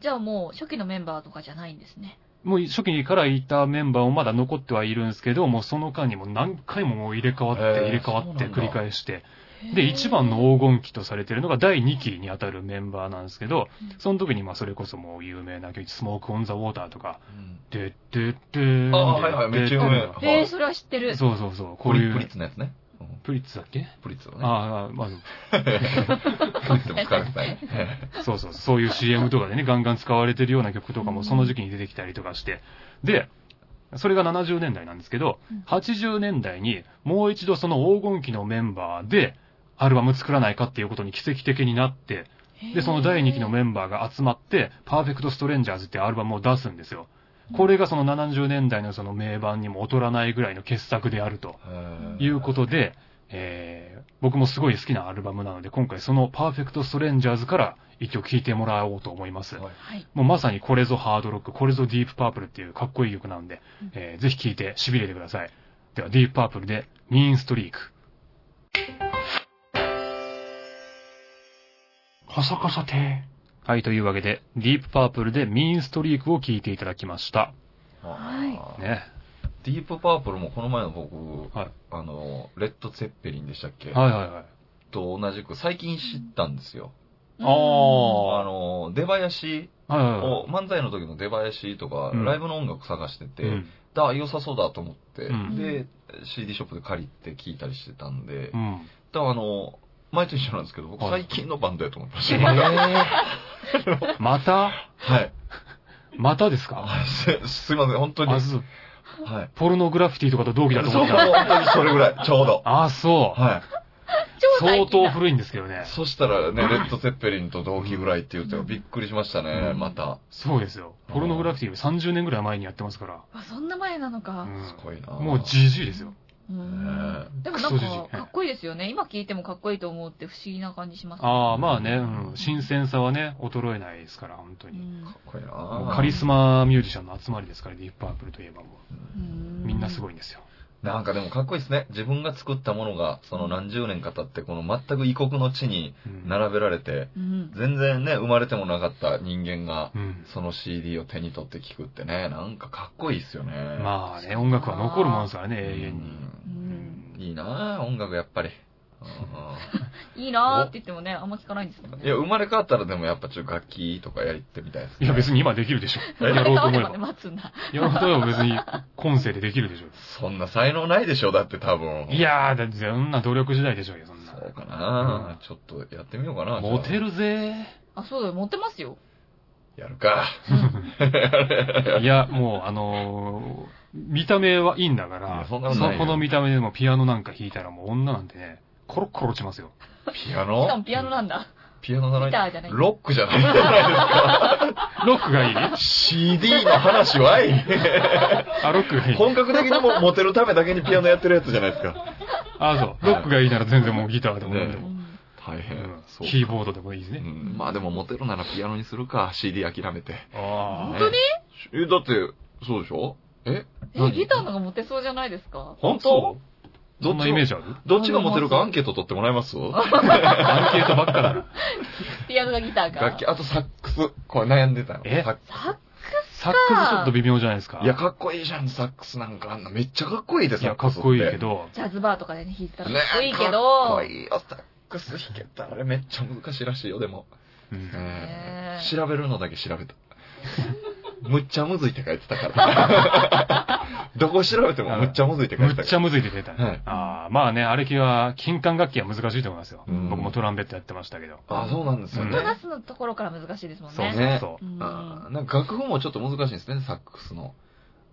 じゃあもう初期のメンバーとかじゃないんですね。
もう初期からいたメンバーもまだ残ってはいるんですけど、もうその間にも何回ももう入れ替わって
へー
入れ替わって
そうなんだ
繰り返して、で、一番の黄金期とされてるのが第2期に当たるメンバーなんですけど
う、ん
その時にまあそれこそもう有名な曲、スモークオンザウォーターとか、でってって
ああはいはいめっちゃ有名
えー、それは知ってる。
そうそうそう、こ
こ
う
れ
いう。
プリッツのやつね。うん
プリッツだっけ
プリッツのね。
ああ、まあ、
プリッツも使われ てないね。
そうそう、そういう CM とかでね、ガンガン使われてるような曲とかもその時期に出てきたりとかして、で、それが70年代なんですけど
うん、
80年代にもう一度その黄金期のメンバーで、アルバム作らないかっていうことに奇跡的になって、で、その第2期のメンバーが集まって、パーフェクトストレンジャーズってアルバムを出すんですよ。これがその70年代のその名盤にも劣らないぐらいの傑作であると。
うん
いうことで、えー僕もすごい好きなアルバムなので、今回そのパーフェクトストレンジャーズから一曲聴いてもらおうと思います。
はい
はい。
もうまさにこれぞハードロック、これぞディープパープルっていうかっこいい曲なんで
うん、
えーぜひ聴いて痺れてください。では、ディープパープルで、ミーンストリーク。
カサカサて
はい、というわけで、ディープパープルでミーンストリークを聴いていただきました。
は
ね。
ディープパープルもこの前の僕、
はい
あの、レッド・ツェッペリンでしたっけ、
はいはいはい。
と同じく最近知ったんですよ。
あー
あの、出囃子
はいはいは
を、漫才の時の出囃子とか、
うん
ライブの音楽探してて、
い。うん。
だ、良さそうだと思って、
うん
で、CD ショップで借りて聴いたりしてたんで、
うん。
だあの、前と一緒なんですけど、僕
はい
最近のバンドやと思ってまし
え
た。まだ
ーまた
はい。
またですか
あす すいません、本当に。は
あ
い。
そう
そう、
ポルノグラフィティとかと同期だと思
本
った。
当にそれぐらい、ちょ うど。
ああ、そう。
はい。
超
相
最近
当
だ。
古いんですけどね。
そしたらね、レッド・ゼッペリンと同期ぐらいって言ってびっくりしましたね、
うん
また。
そうですよ。ポルノグラフィティ30年ぐらい前にやってますから。
あ、そんな前なの
う
か。
ん
すごいな
もうじじいですよ。
う
え
ん
ー。
でもなん
クソジ
か、
ジイ
かっこいいですよね。今聞いてもかっこいいと思うって不思議な感じします。
ああ、まあね、うん新鮮さはね、衰えないですから、本当
う
に。
ん
かっこいい
も
な
うカリスマミュージシャンの集まりですから、ディープパープルといえばもう、みんなす
い。
ごいんですよ。
なんかでもかっこいいですね。自分が作ったものが、その何十年か経って、この全く異国の地に
うん
並べられて、
うん。
全然ね、生まれてもなかった人間が
う、ん。
その CD を手に取って聴くってね、なんかかっこいいっすよね。
まあね、音楽は残るものですからね、
あ
永遠に。
うん
いいなあ音楽やっぱり。うん
いいなーって言ってもね、あんま聞かないんですもんね。
いや、生まれ変わったらでもやっぱちょっと楽器とかやってみたいです、
いや、別
に。
に今できるでしょ。やろうと思えば。
待つんだ。
やろうと思えば別に、今世でできるでしょ。
そんな才能ないでしょ、だって多分。
い。やー、だってそんな努力次第でしょうよ、そんな。
そうかな、ちょっとやってみようかな。
モテ
る
るぜー。
あ、そうだよ、持ってますよ。
やるか。
いや、もう、あのー見た目はいいんだか
い
ら、
やそんなことないよ
この見た目でもピアノなんか弾いたらもう女なんてね、コロッコロ落ちますよ。
ピア
しか
ノ
もピアノなんだ。
ピアノ
ギ
じゃない。
ターじゃない。
ロックじゃないじゃ ない
ロックがいい
ですか。CD の話はいい。
あ、ロックがいい。
本格的にもモテるためだけにピアノやってるやつじゃないですか。
あ、そう。ロックがいいなら全然もうギターでも何で
う
も、
ん
大
う
変。
ん
そうか
キーボードでもいいですね。
うんまあでもモテるならピアノにするか、CD 諦めて。
あ
本
あ、
当に
え、だって、そうでしょえ
え、ギターの方が持ってそうじゃないですか
本
そ
当
うそんなイメージある
どっちがモテるかアンケート取ってもら えます
アンケートばっかだな。
ピアノがギターか。
楽器、あとサックス。これ悩んでたの。
え
サック
さ
サックスちょっと微妙じゃないですか。
スいや、かっこいいじゃん、サックスなんかあんな。めっちゃかっこいいで
い
す
や、かっこいいけ。ど、
ジャズバーとかでね、弾いてた
サック
ら
スて
か
ね
っこいいけど。
かっこいいよ、サックス弾けたら。あれめっちゃ難しいらしいよ、でも。
うん
え
ねえ
ー調べるのだけ調べた。むっちゃむずいって書いてたから。 どこ調べてもむっちゃむずいって書い
む
てた
っ
か
ち
ら。
ゃむずいで出たね。
はい
ああ、まあね、あれ系は、金管楽器は難しいと思いますよ。
うん
僕もトランペットやってましたけど。
あ、そうなんですよね。
うん
音出すのところから難しいですもん
そう
ね。
そうそう。
うん
あーなんか楽譜もちょっと難しいんですね、サックスの。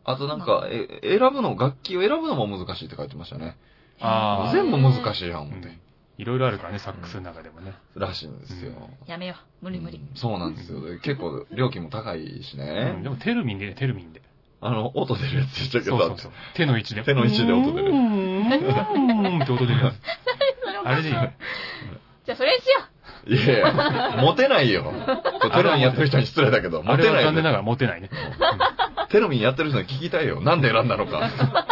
あとなんか、え、選ぶの、楽器を選ぶのも難しいって書いてましたね。
あー
全部難
い。
しいやん、思っ
う
て
ん。いろいろあるからね、サックスの中でもね。
らしいんですよ。
やめよう。無理無理。
うんそうなんですよ。で結構、料金も高いし
う
ね
ん。でも、テルミンで、テルミンで。
あの、音出るやつでした
そう
け
そ
ど
う、そう。手の位置で。
手の位置で音出る
うーん、うーんって音出るやつ。
それお
あ
か
れ
し
で
い
いいよ。
じゃあそれにしよ
いやいや、モテないよ。テルミンやってる人に失礼だけど、
あ
モ
れ
テ
は
ない
残念な
よ。
がら持てないね。
テルミンやってる人に聞きたいよ。なんで選んだのか。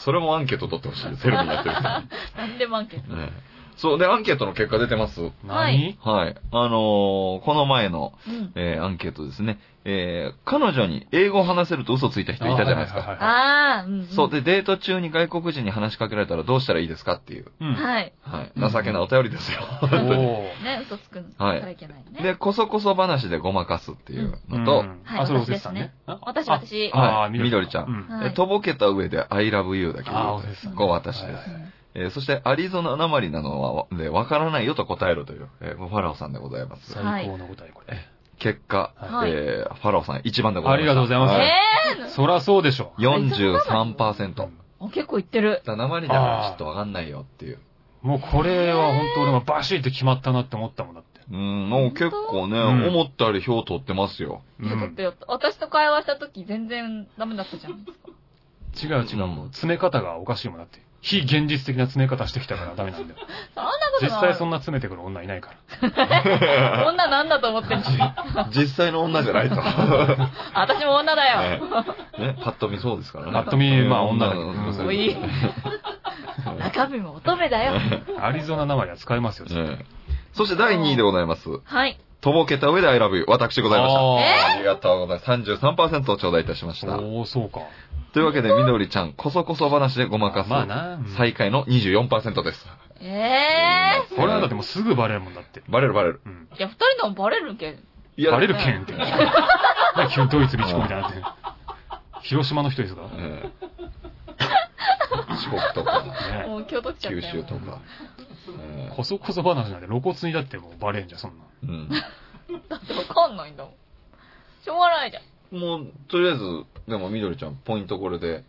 それもアンケート取ってほしい。テルミンやってる人に。
う。なんでもアンケート。
ねそう、で、アンケートの結果出てます。はい。
何
あのーこの前の、
うん。
えーアンケートですね。えー彼女に英語を話せると嘘ついた人いたじゃないです
あは
か。
はは
ああ、うん。
そう、で、デート中に外国人に話しかけられたらどうしたらいいですかっていう、
うん。
はい。
はい、情けないお便りですよ。
お
本当に
ー
ね、嘘つくの
はい
からいけないね。
で、こそこそ話でごまかすっていうのと、
うん
はい
あ、それお
私
せ
で
つさ
す
ん
ね
ね。あ
私、
あ
私。
はい
あー
緑ちゃん
う
はい
えとぼけた上で I love you だけ
あー、おせ
言う。
つさん。
こう私です
はい。
えーそして、アリゾナなまりなのは、で、わからないよと答えるという、えーファラオさんでございます。
最高の答え、これ。
結果、
はい
えーファラオさん一番でございます。
ありがとうございます
は
えー
そらそうでしょ。
43%。
あ結構言ってる。
だ、鉛だからちょっとわかんないよっていう。
もうこれは本当俺もバシッて決まったなって思ったもんだって。
うん、もう結構ね、
うん
思ったより票取ってますよ。
う
いや、だっ
ん
て、私と会話した時全然ダメだったじゃないですか。
違う違う、もう詰め方がおかしいもんだって。非現実的な詰め方してきたからダメなんだよ。
そんなこと
実
ない。
際そんな詰めてくる女いないから。
女なんだと思ってる。
実際の女じゃないと。
私も女だ
ね
よ。
ね、パッと見そうですからね。
ぱっと見まあ女だけど
の女
うん
おい。中身も乙女だよ。
アリゾナ鉛は使えますよ、
ええそして第2位でございます。
はい。
とぼけた上で I love you。私でございました。
あ
ありがとうございます。33%を頂戴いたしまし
ー
た。
おー、そうか。
というわけで、みどりちゃん、こそこそ話でごまかす。
まあな。うん
最下位の24%です。
え
これはだってもうすぐバレるもんだって。
バレるバレる。
うん。
ー。いや、二人のもバレるけん。
い
バレるけんって。なんか急にドイツ備蓄みたいになってる。 広島の人ですか
う
ね
ん四国とか、
もう今日取っちゃった
九
よ。
州とか。
こそこそ話なんで露骨にだってもうバレんじゃん、そんな。
うん
だってわかんないんだもん。しょうがないじゃん。
うんもう、とりあえず、でもみどりちゃん、ポイントこれで、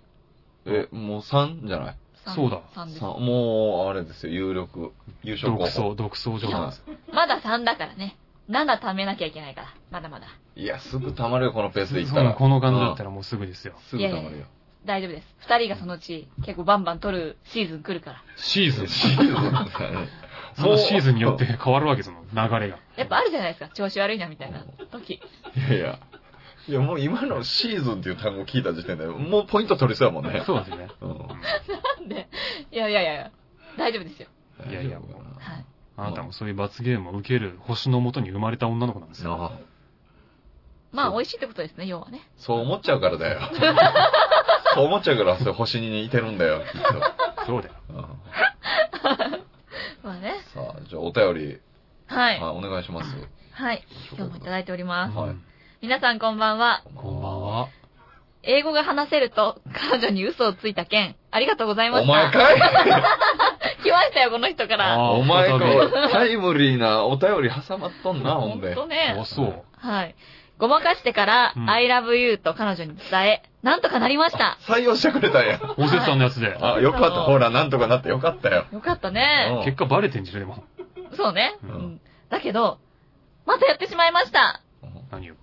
え、もう3じゃない
三
そうだ
三です
三もう、あれですよ、有力、優勝
独
候補。
走、独走状態です。
まだ3だからね。7貯めなきゃいけないから。まだまだ。
いや、すぐ溜まるよ、このペースでいっ
そ
たら。
うこの感じだった
ら。
らもうすぐですよ。
すぐ溜まるよ。
大丈夫です。2人がそのうち結構バンバン取るシーズン来るから。
シーズン。
シーズンだね
そのシーズンによって変わるわけ、その流れが。
やっぱあるじゃないですか。調子悪いなみたいな時。
いやいや。いや、もう今のシーズンっていう単語聞いた時点で、もうポイント取りそうやもんね。
そうですよね。
うん。
なんで、いやいやいや、大丈夫ですよ。
いやいや
大丈夫か
はい。
あなたもそういう罰ゲームを受ける星のもとに生まれた女の子なんです
な
よ。
なあ
まあ、
そう
美味しいってことですね、要はね。
そう思っちゃうからだ よ。そう思っちゃうから、それ星に似てるんだよ、きっと。
そうだよ。
うん
まあね。
さあ、じゃあお便り、
は
はい
い。
お願いします。
はい。今日もいただいております。
はい
うん
皆さんこんばんは。
こんばん。は。
英語が話せると彼女に嘘をついた件、ありがとうございました。
お前か い
来ましたよ、この人から。
あー
お前か
再び
いタイムリーなお便り挟まっとんな、ほ
ほ
ん
ん
で。
とね
あ、。そう。
はい。ごまかしてから、
うん
I love you と彼女に伝え、なんとかなりました。
採用してくれたんや。
おせつさんのやつで。
あ、よかった。ほら、なんとかなってよかったよ。
よかったね。
結果バレてんじゃねえもん。
そうね。
う
うんん。だけど、またやってしまいました。
何よ。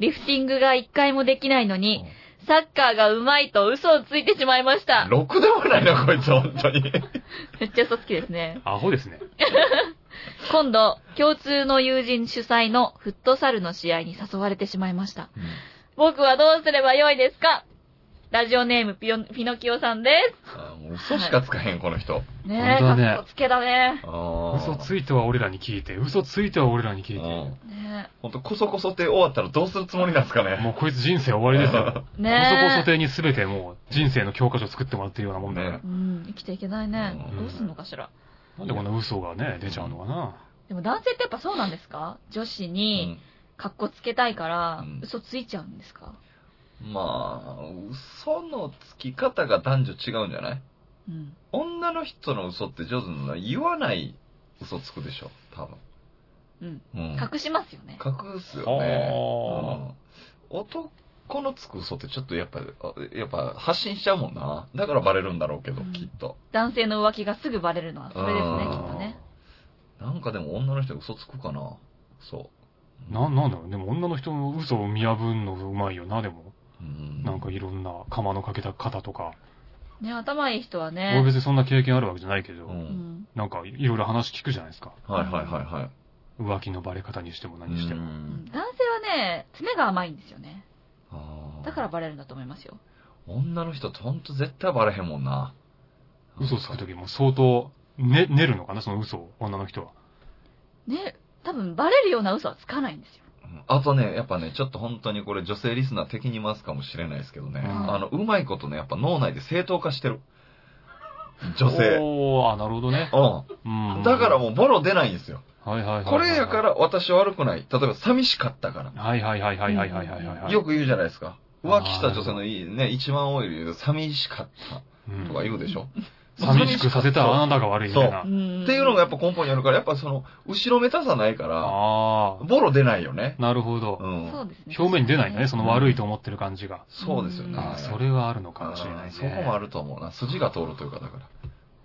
リフティングが一回もできないのに、サッカーが上手いと嘘をついてしまいました。
ろくでもないな、こいつ、本当に。
めっちゃ嘘つきですね。
アホですね。
今度、共通の友人主催のフットサルの試合に誘われてしまいました。僕はどうすればよいですかラジオネームピヨピノキオさんで
あもう嘘しかつかへん、この人。
す。ねえ、
本当だね
かっこつけだね。
嘘
嘘ついては俺らに聞いて、嘘ついては俺らに聞いて。
ね
ほんと、こそこそって終わったらどうするつもりなんですかね。
もうこいつ人生終わりですよ。こ
え。
そこ
ね
そ亭に全てもう人生の教科書作ってもらってるようなもんだから
ね。
うん、生きていけないね。
うん
どうすんのかしら。
なんでこんな嘘がね、出ちゃうのかな。
でも男性ってやっぱそうなんですか女子に、かっこつけたいから
うん、
嘘ついちゃうんですか
うんまあ、嘘のつき方が男女違うんじゃない
うん。
女の人の嘘って上手なのは言わない嘘つくでしょ、多分。
う
う
ん。
ん、
隠しますよね。
隠すよね。
あ
うん男のつく嘘ってちょっとやっぱ、あやっぱ発信しちゃうもんな。だからバレるんだろうけど、
うん
きっと。
男性の浮気がすぐバレるのはそれですね、きっとね。
なんかでも女の人嘘つくかな。そう。
ーな、なんだろう。でも女の人の嘘を見破んのうまいよな、でも。
うん
なんかいろんな釜のかけた方とか。
ね、頭いい人は
俺
ね、
別にそんな経験あるわけじゃないけど
う、。
うんん、
なんかいろいろ話聞くじゃないですか。
はいはいはいはい。
浮気のバレ方にしても何にして
う
も。
ん
男性はね、爪が甘いんですよね。
あー
だからバレるんだと思いますよ。
女の人ってほんと絶対バレへんもんな。
嘘つくときも相当ね、練るのかなその嘘を、女の人は。
ね、多分バレるような嘘はつかないんです
う
よ。
んあとね、やっぱね、ちょっと本当にこれ女性リスナー的に回すかもしれないですけどね、
うん
あの、うまいことね、やっぱ脳内で正当化してる。女性。
おー、あ、なるほどね。
う。
うんん。
だからもうボロ出ないんですよ。
う、はいはいはいはいはい。
これやから私悪くない。例えば寂しかったから。
はいはいはいはいはいはいはいはい。
よく言うじゃないですか。
あー
浮気した女性のいいね、一番多い理由、寂しかっ
う
た
ん
とか言うでしょ。
寂しくさせたらあなたが悪いみたいな。
ん
っていうのがやっぱ根本にあるから、やっぱその、後ろめたさないから、
あ
ボロ出ないよね
あ。。なるほ
う
ど。
ん。
そうですね。
表面に出ないんだね、その悪いと思ってる感じが。
そうですよね。
ああ、それはあるのかもしれないね。
そこもあると思うな。筋が通るというか、だから。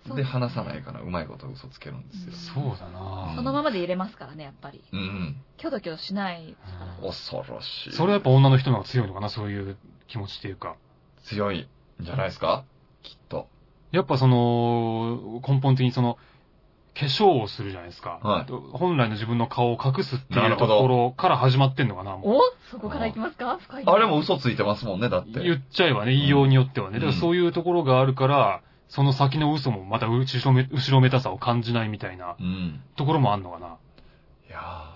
そう
で、話さないから、うまいこと嘘つけるんですよ。
そうだ
そ
な
のままで入れますからね、やっぱり。
うん。
キョドキョドしない。
うん
恐ろしい。
それはやっぱ女の人の方が強いのかな、そういう気持ちっていうか。
強いんじゃないですかきっと。
やっぱその、根本的にその、化粧をするじゃないですか。
はい
本来の自分の顔を隠すって
ないる
うと
ほど
ころから始まってんのかな、もう
おそこからいきますか深いな。
あれも嘘ついてますもんね、だって。
言っちゃえばね、言いようによってはね。
うん
だからそういうところがあるから、その先の嘘もまた後ろめ、後ろめたさを感じないみたいな
うん。
ところもあんのかな。
いや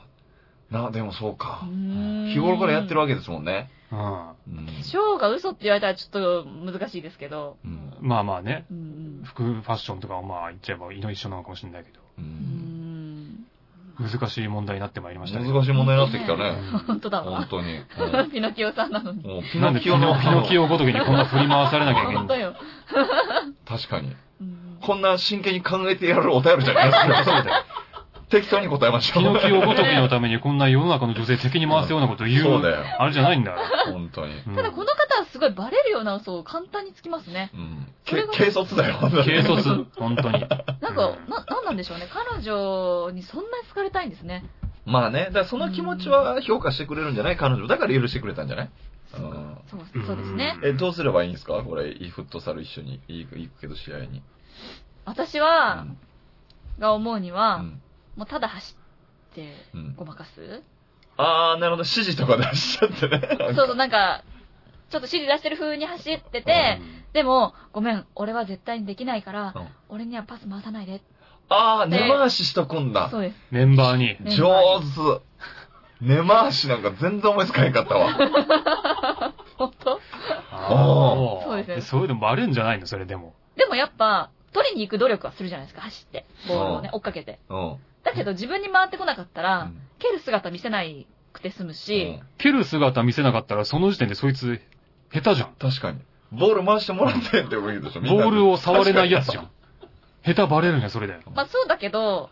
ーな、でもそうか。日
日
頃からやってるわ
け。
けですもんね。
うん。
うん。
ショーが嘘って言われたらちょっと難しいですけど。
うん
まあまあね、
うん
服、ファッションとかはまあ言っちゃえば一緒なのかもしれないけど、
う。
うんん。
難しい問題になってまいりましたね。
難しい問題になってきた
う
ね。
ん
本当だ
本
わ。
当に。
ピノキオさんなのに。
もうピ
な
ノ
んでピ
キオの
ノ、ピノキオごときにこんな振り回されなきゃいけない
本当よ。
確かに。
うん
こんな真剣に考えてやるお便りじゃないですか。適当に答えましょ
ピ
う。
ノキオごときのためにこんな世の中の女性敵に回すようなこと言う、
そうだよ。
あれじゃないんだよ。
本当に。
うん
ただこの方はすごいバレるような嘘を簡単につきますね。
うん。
それ
け
が
軽率だよ。
軽率、本当に。
なんか、な、なんなんでしょうね。彼女にそんなに好かれたいんですね。
まあね、だからその気持ちは評価してくれるんじゃない彼女。だから許してくれたんじゃないうん
そう、そうですね。
え、どうすればいいんですかこれ、フットサル一緒に行く行くけど試合に。
私
う
は、
ん。
が思うに
う
は、
ん
もうただ走って
うん
ごまかす。
あー、なるほど。指示とか出しちゃってね。
そうそう、なんか、ちょっと指示出してる風に走ってて、でも、ごめん、俺は絶対にできないから、
うん
俺にはパス回さないで。
あー、
で
根回ししとくんだ
そ。うです。
メンバーに。
ね
上手。根回しなんか全然思いつかへんかったわ。
本当
あー
そうですね
そういうのバレんじゃないのそれでも。
でもやっぱ、取りに行く努力はするじゃないですか、走って。ボールをね、
う
追っかけて。
うん
だけど自分に回ってこなかった
う
ら、
ん。
蹴る姿見せないくて済むし、
蹴る姿見せなかったら、その時点でそいつ、下手じゃん。
確かに。ボール回してもらってって言うでしょ、みんな
ボールを触れないやつじゃん。下手バレるね、それで。
まあそうだけど、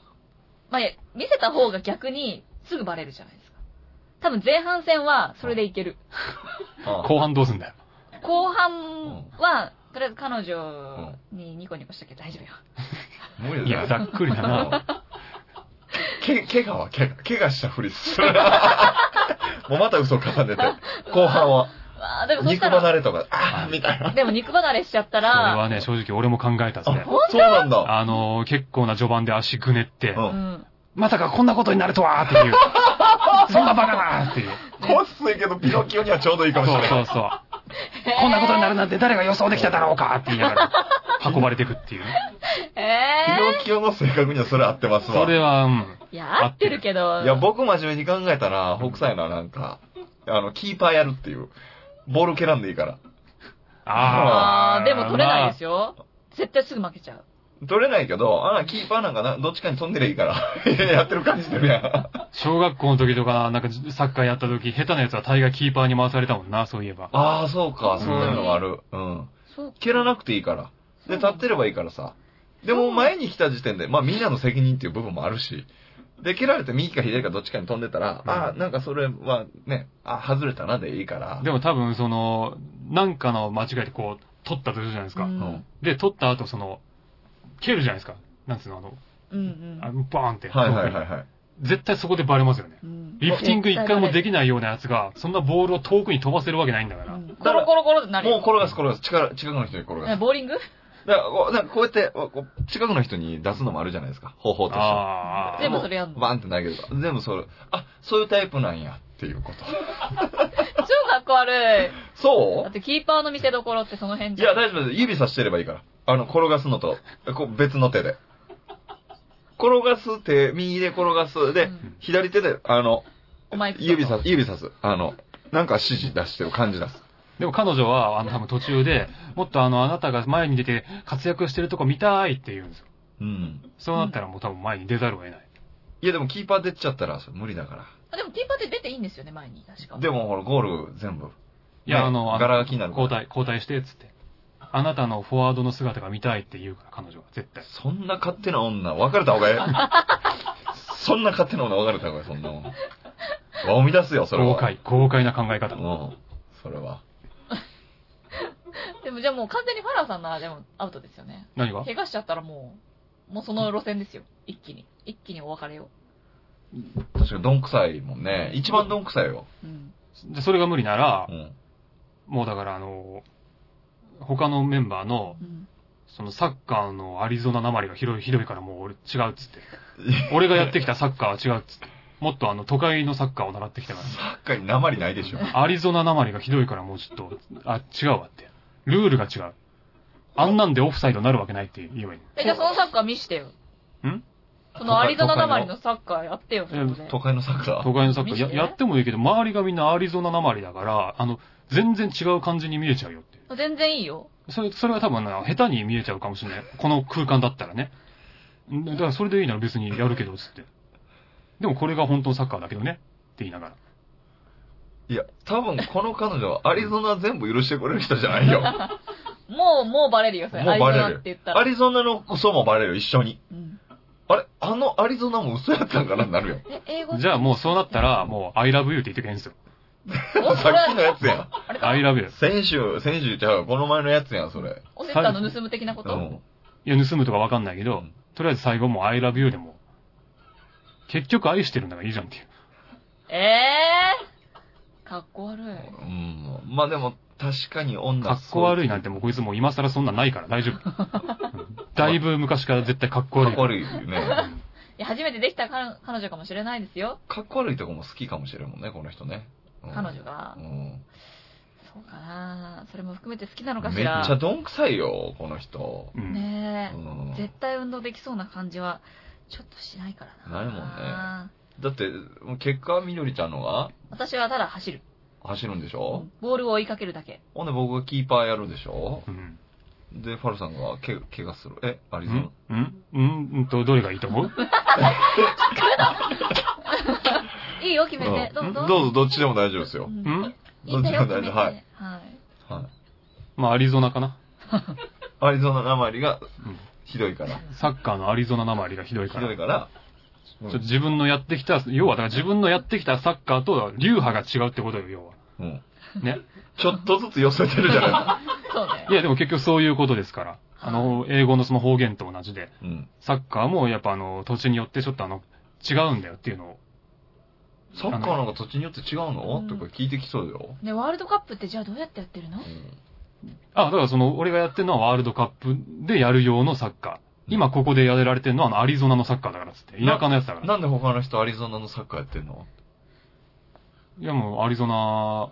まあ見せた方が逆にすぐバレるじゃないですか。多分前半戦はそれでいける。
あ
後半どうすんだよ。
後半は、とりあえず彼女にニコニコしとけば大丈夫よ。
無理
いや、ざっくりだな。
け、怪我は怪我、怪我したふり する。もうまた嘘重ねて。後半は、
わあでもそし
肉
たら、
離れとか、あーみたいな。
でも肉離れしちゃった
それ
ら、
はね、正直俺も考えたっすね。
本当
そうなんだ。
あのー、結構な序盤で足ぐねって、
うん
うん。
まさかこんなことになるとはー っていう。そんなバカなーっていう。
こっついけど、ピノキオにはちょうどいいか
そ
もしれ
う
ない。
そうそう。こんなことになるなんて誰が予想できただろうかって言いなが ら、運ばれてくっていう。
え
ピ
え
ノキオの性格にはそれ合ってます
そ
わ。
れは、うん。
ー。いや、合ってるけど。
いや、僕真面目に考えたら、北斎のなんか、あの、キーパーやるっていう。ボール蹴らんでいいから。
あ
あ
ー。
ーでも取れないですよ。絶対すぐ負けちゃう。
取れないけど、あら、キーパーなんかな、どっちかに飛んでりゃいいから。 いややってる感じしてるやん。
まあ小学校の時とか、なんかサッカーやった時、下手なやつは大概キーパーに回されたもんな、そういえば。
ああ、そうか、そういうのがある。うん。
そう
蹴らなくていいから。で、立ってればいいからさ。でも、前に来た時点で、まあ、みんなの責任っていう部分もあるし。で、蹴られて右か左かどっちかに飛んでたら、
うん
ああ、なんかそれはね、あ外れたなでいいから。
でも多分、その、なんかの間違いでこう、取ったとするじゃないです
う
か。
うんん。
で、取った後、その、蹴るじゃないですか。なんつうの、あの、
うんうん
あのバーンって。
はいはいはいはい。
絶対そこでバレますよね。
うん。
リフティング一回もできないようなやつが、そんなボールを遠くに飛ばせるわけないんだから。
うんコロコロコロってなる
もう
よ。
転がす転がす。近く近くの人に転が
え
す。
ボーリング
だからこう、なんかこうやって、こう近くの人に出すのもあるじゃないですか。方法としては。
ああ。
全部それやんの
バンって投げると。全部それ、あ、そういうタイプなんや、っていうこと。
超かっこ悪い。
そう
だってキーパーの見せ所ってその辺
い
じゃ
や、
ん。
大丈夫です。指さしてればいいから。あの、転がすのと、こう別の手で。転がす手、右で転がす。で、
うん
左手で、あの、
お前行くぞ
指さす、指さす。あの、なんか指示出してる感じ出す。
でも彼女は、あの、多分途中で、もっとあの、あなたが前に出て活躍してるとこ見たいって言うんですよ。
うん。
そうなったらもう多分前に出ざるを得ない。
いや、でもキーパー出ちゃったら、それ無理だか
あでも、ティーパーって出ていいんですよね、前に。確か。
ら。でも、ほら、ゴール全部。
いや、
ね
あの、あの
柄が気になるから
交代、交代して、つって。あなたのフォワードの姿が見たいって言うから、彼女は、絶対。
そんな勝手な女、別れた方 がええ。そんな勝手な女、別れた方がええ、そんなもん。生み出すよ、それは。
豪快、豪快な考え
う
方。
ん。それは。
でもじゃあもう完全にファラーさんならでもアウトですよね。
何が
怪我しちゃったらもう、もうその路線ですよ。一気に。一気にお別れを。
確かに、どんくさいもんね。一番どんくさいよ。
うん。
でそれが無理なら
う、ん。
もうだからあの、他のメンバーの、
うん。
そのサッカーのアリゾナなまりがひどい、ひどいからもう俺違うっつ って。俺がやってきたサッカーは違うっつって。もっとあの、都会のサッカーを習ってきたか
サッカーに鉛ないでしょ。
ら。アリゾナなまりがひどいからもうちょっと、あ、違うわって。ルールが違う。あんなんでオフサイドになるわけないって言えばいい。
え、じゃあそのサッカー見してよ。
ん
そのアリゾナなまりのサッカーやってよ、そこで。
都会のサッカ
都
ー。
会のサッカー
見
や
て
やってもいいけど、周りがみんなアリゾナなまりだから、あの、全然違う感じに見えちゃうよって。
全然いいよ。
それ、それは多分な、下手に見えちゃうかもしれない。この空間だったらね。んだからそれでいいなら別にやるけど、つって。でもこれが本当のサッカーだけどね。って言いながら。
いや、多分この彼女はアリゾナ全部許してくれる人じゃないよ。も
もう、もうバレるよ、
う
それ。アリゾ
バ
ナ
レ
って
る
言っ。たら。
アリゾナの嘘もバレる、一緒に。
うん
あれあのアリゾナも嘘やったんかなになるよ。
え、英語
じゃあもうそうなったら、もう、I love you って言ってくれんですよ。
さっきのやつやん。
あれか
I love you です。
先週、先週ちゃう、この前のやつやん、それ。
おせっかの盗む的なこ
う
と、
ん。
いや、盗むとかわかんないけど
うん、
とりあえず最後もう I love you でも、結局愛してるんだからいいじゃんっていう。
えー、かっこ悪い。
うん。まあでも、確かに女
かっこ悪いなんんてもうこいつもう今更そんなんないから大丈夫。うんだいぶ昔から絶対かっこ悪
かっ
い
こ
から。
悪いね。
いや、初めてできた彼彼女かもしれないですよ。
かっこ悪いとこも好きかもしれんもんね、この人ね。うん
彼女が
う。ん。
そうかなそれも含めて好きなのか
め
し
っち
ら。
ゃどんくさいよ、この人。
うん
ね
う
え、
ん
絶対運動できそうな感じは、ちょっとしないからな。
ないもんだって、もう結果、みどりちゃんのが
私はただ走る。
走るんでしょ、
ボールを追いかけるだけ。
ほんで僕がキーパーやるでしょ
うん。
で、ファルさんがけ怪我する。え、アリ
う
ゾ
ん
ナ
うんうんうんと、どれがいいと思う
いいよ、決めて。ど
う
うんぞ。
どうぞ、どっちでも大丈夫です
う
よ。
うんん
いいんだよ、
ど
決
っちでも大丈
めて。
夫
は
はいい。はい。
まあ、アリゾナかな。
アリゾナなまりが
うん
ひどいから。
サッカーのアリゾナなまりがひどい
ひ
か
ど
ら。
いから。
ちょっと自分のやってきた、要はだから自分のやってきたサッカーと流派が違うってことよ、要は。
うん。
ね。
ちょっとずつ寄せてるじゃ な
そうだよ。
いや、でも結局そういうことですから。あの、英語のその方言と同じで、
い。うん。
サッカーもやっぱあの、土地によってちょっとあの、違うんだよっていうのを。
サッカーなんか土地によって違うの、
うん
とか聞いてきそうだよ。
ね、ワールドカップってじゃあどうやってやってるの
あ、だからその、俺がやってるのはワールドカップでやる用のサッカー。今ここでやられてるのはあの、アリゾナのサッカーだからっつって。田舎のやつだから。
なんで他の人アリゾナのサッカーやってん の
いやもう、アリゾナ、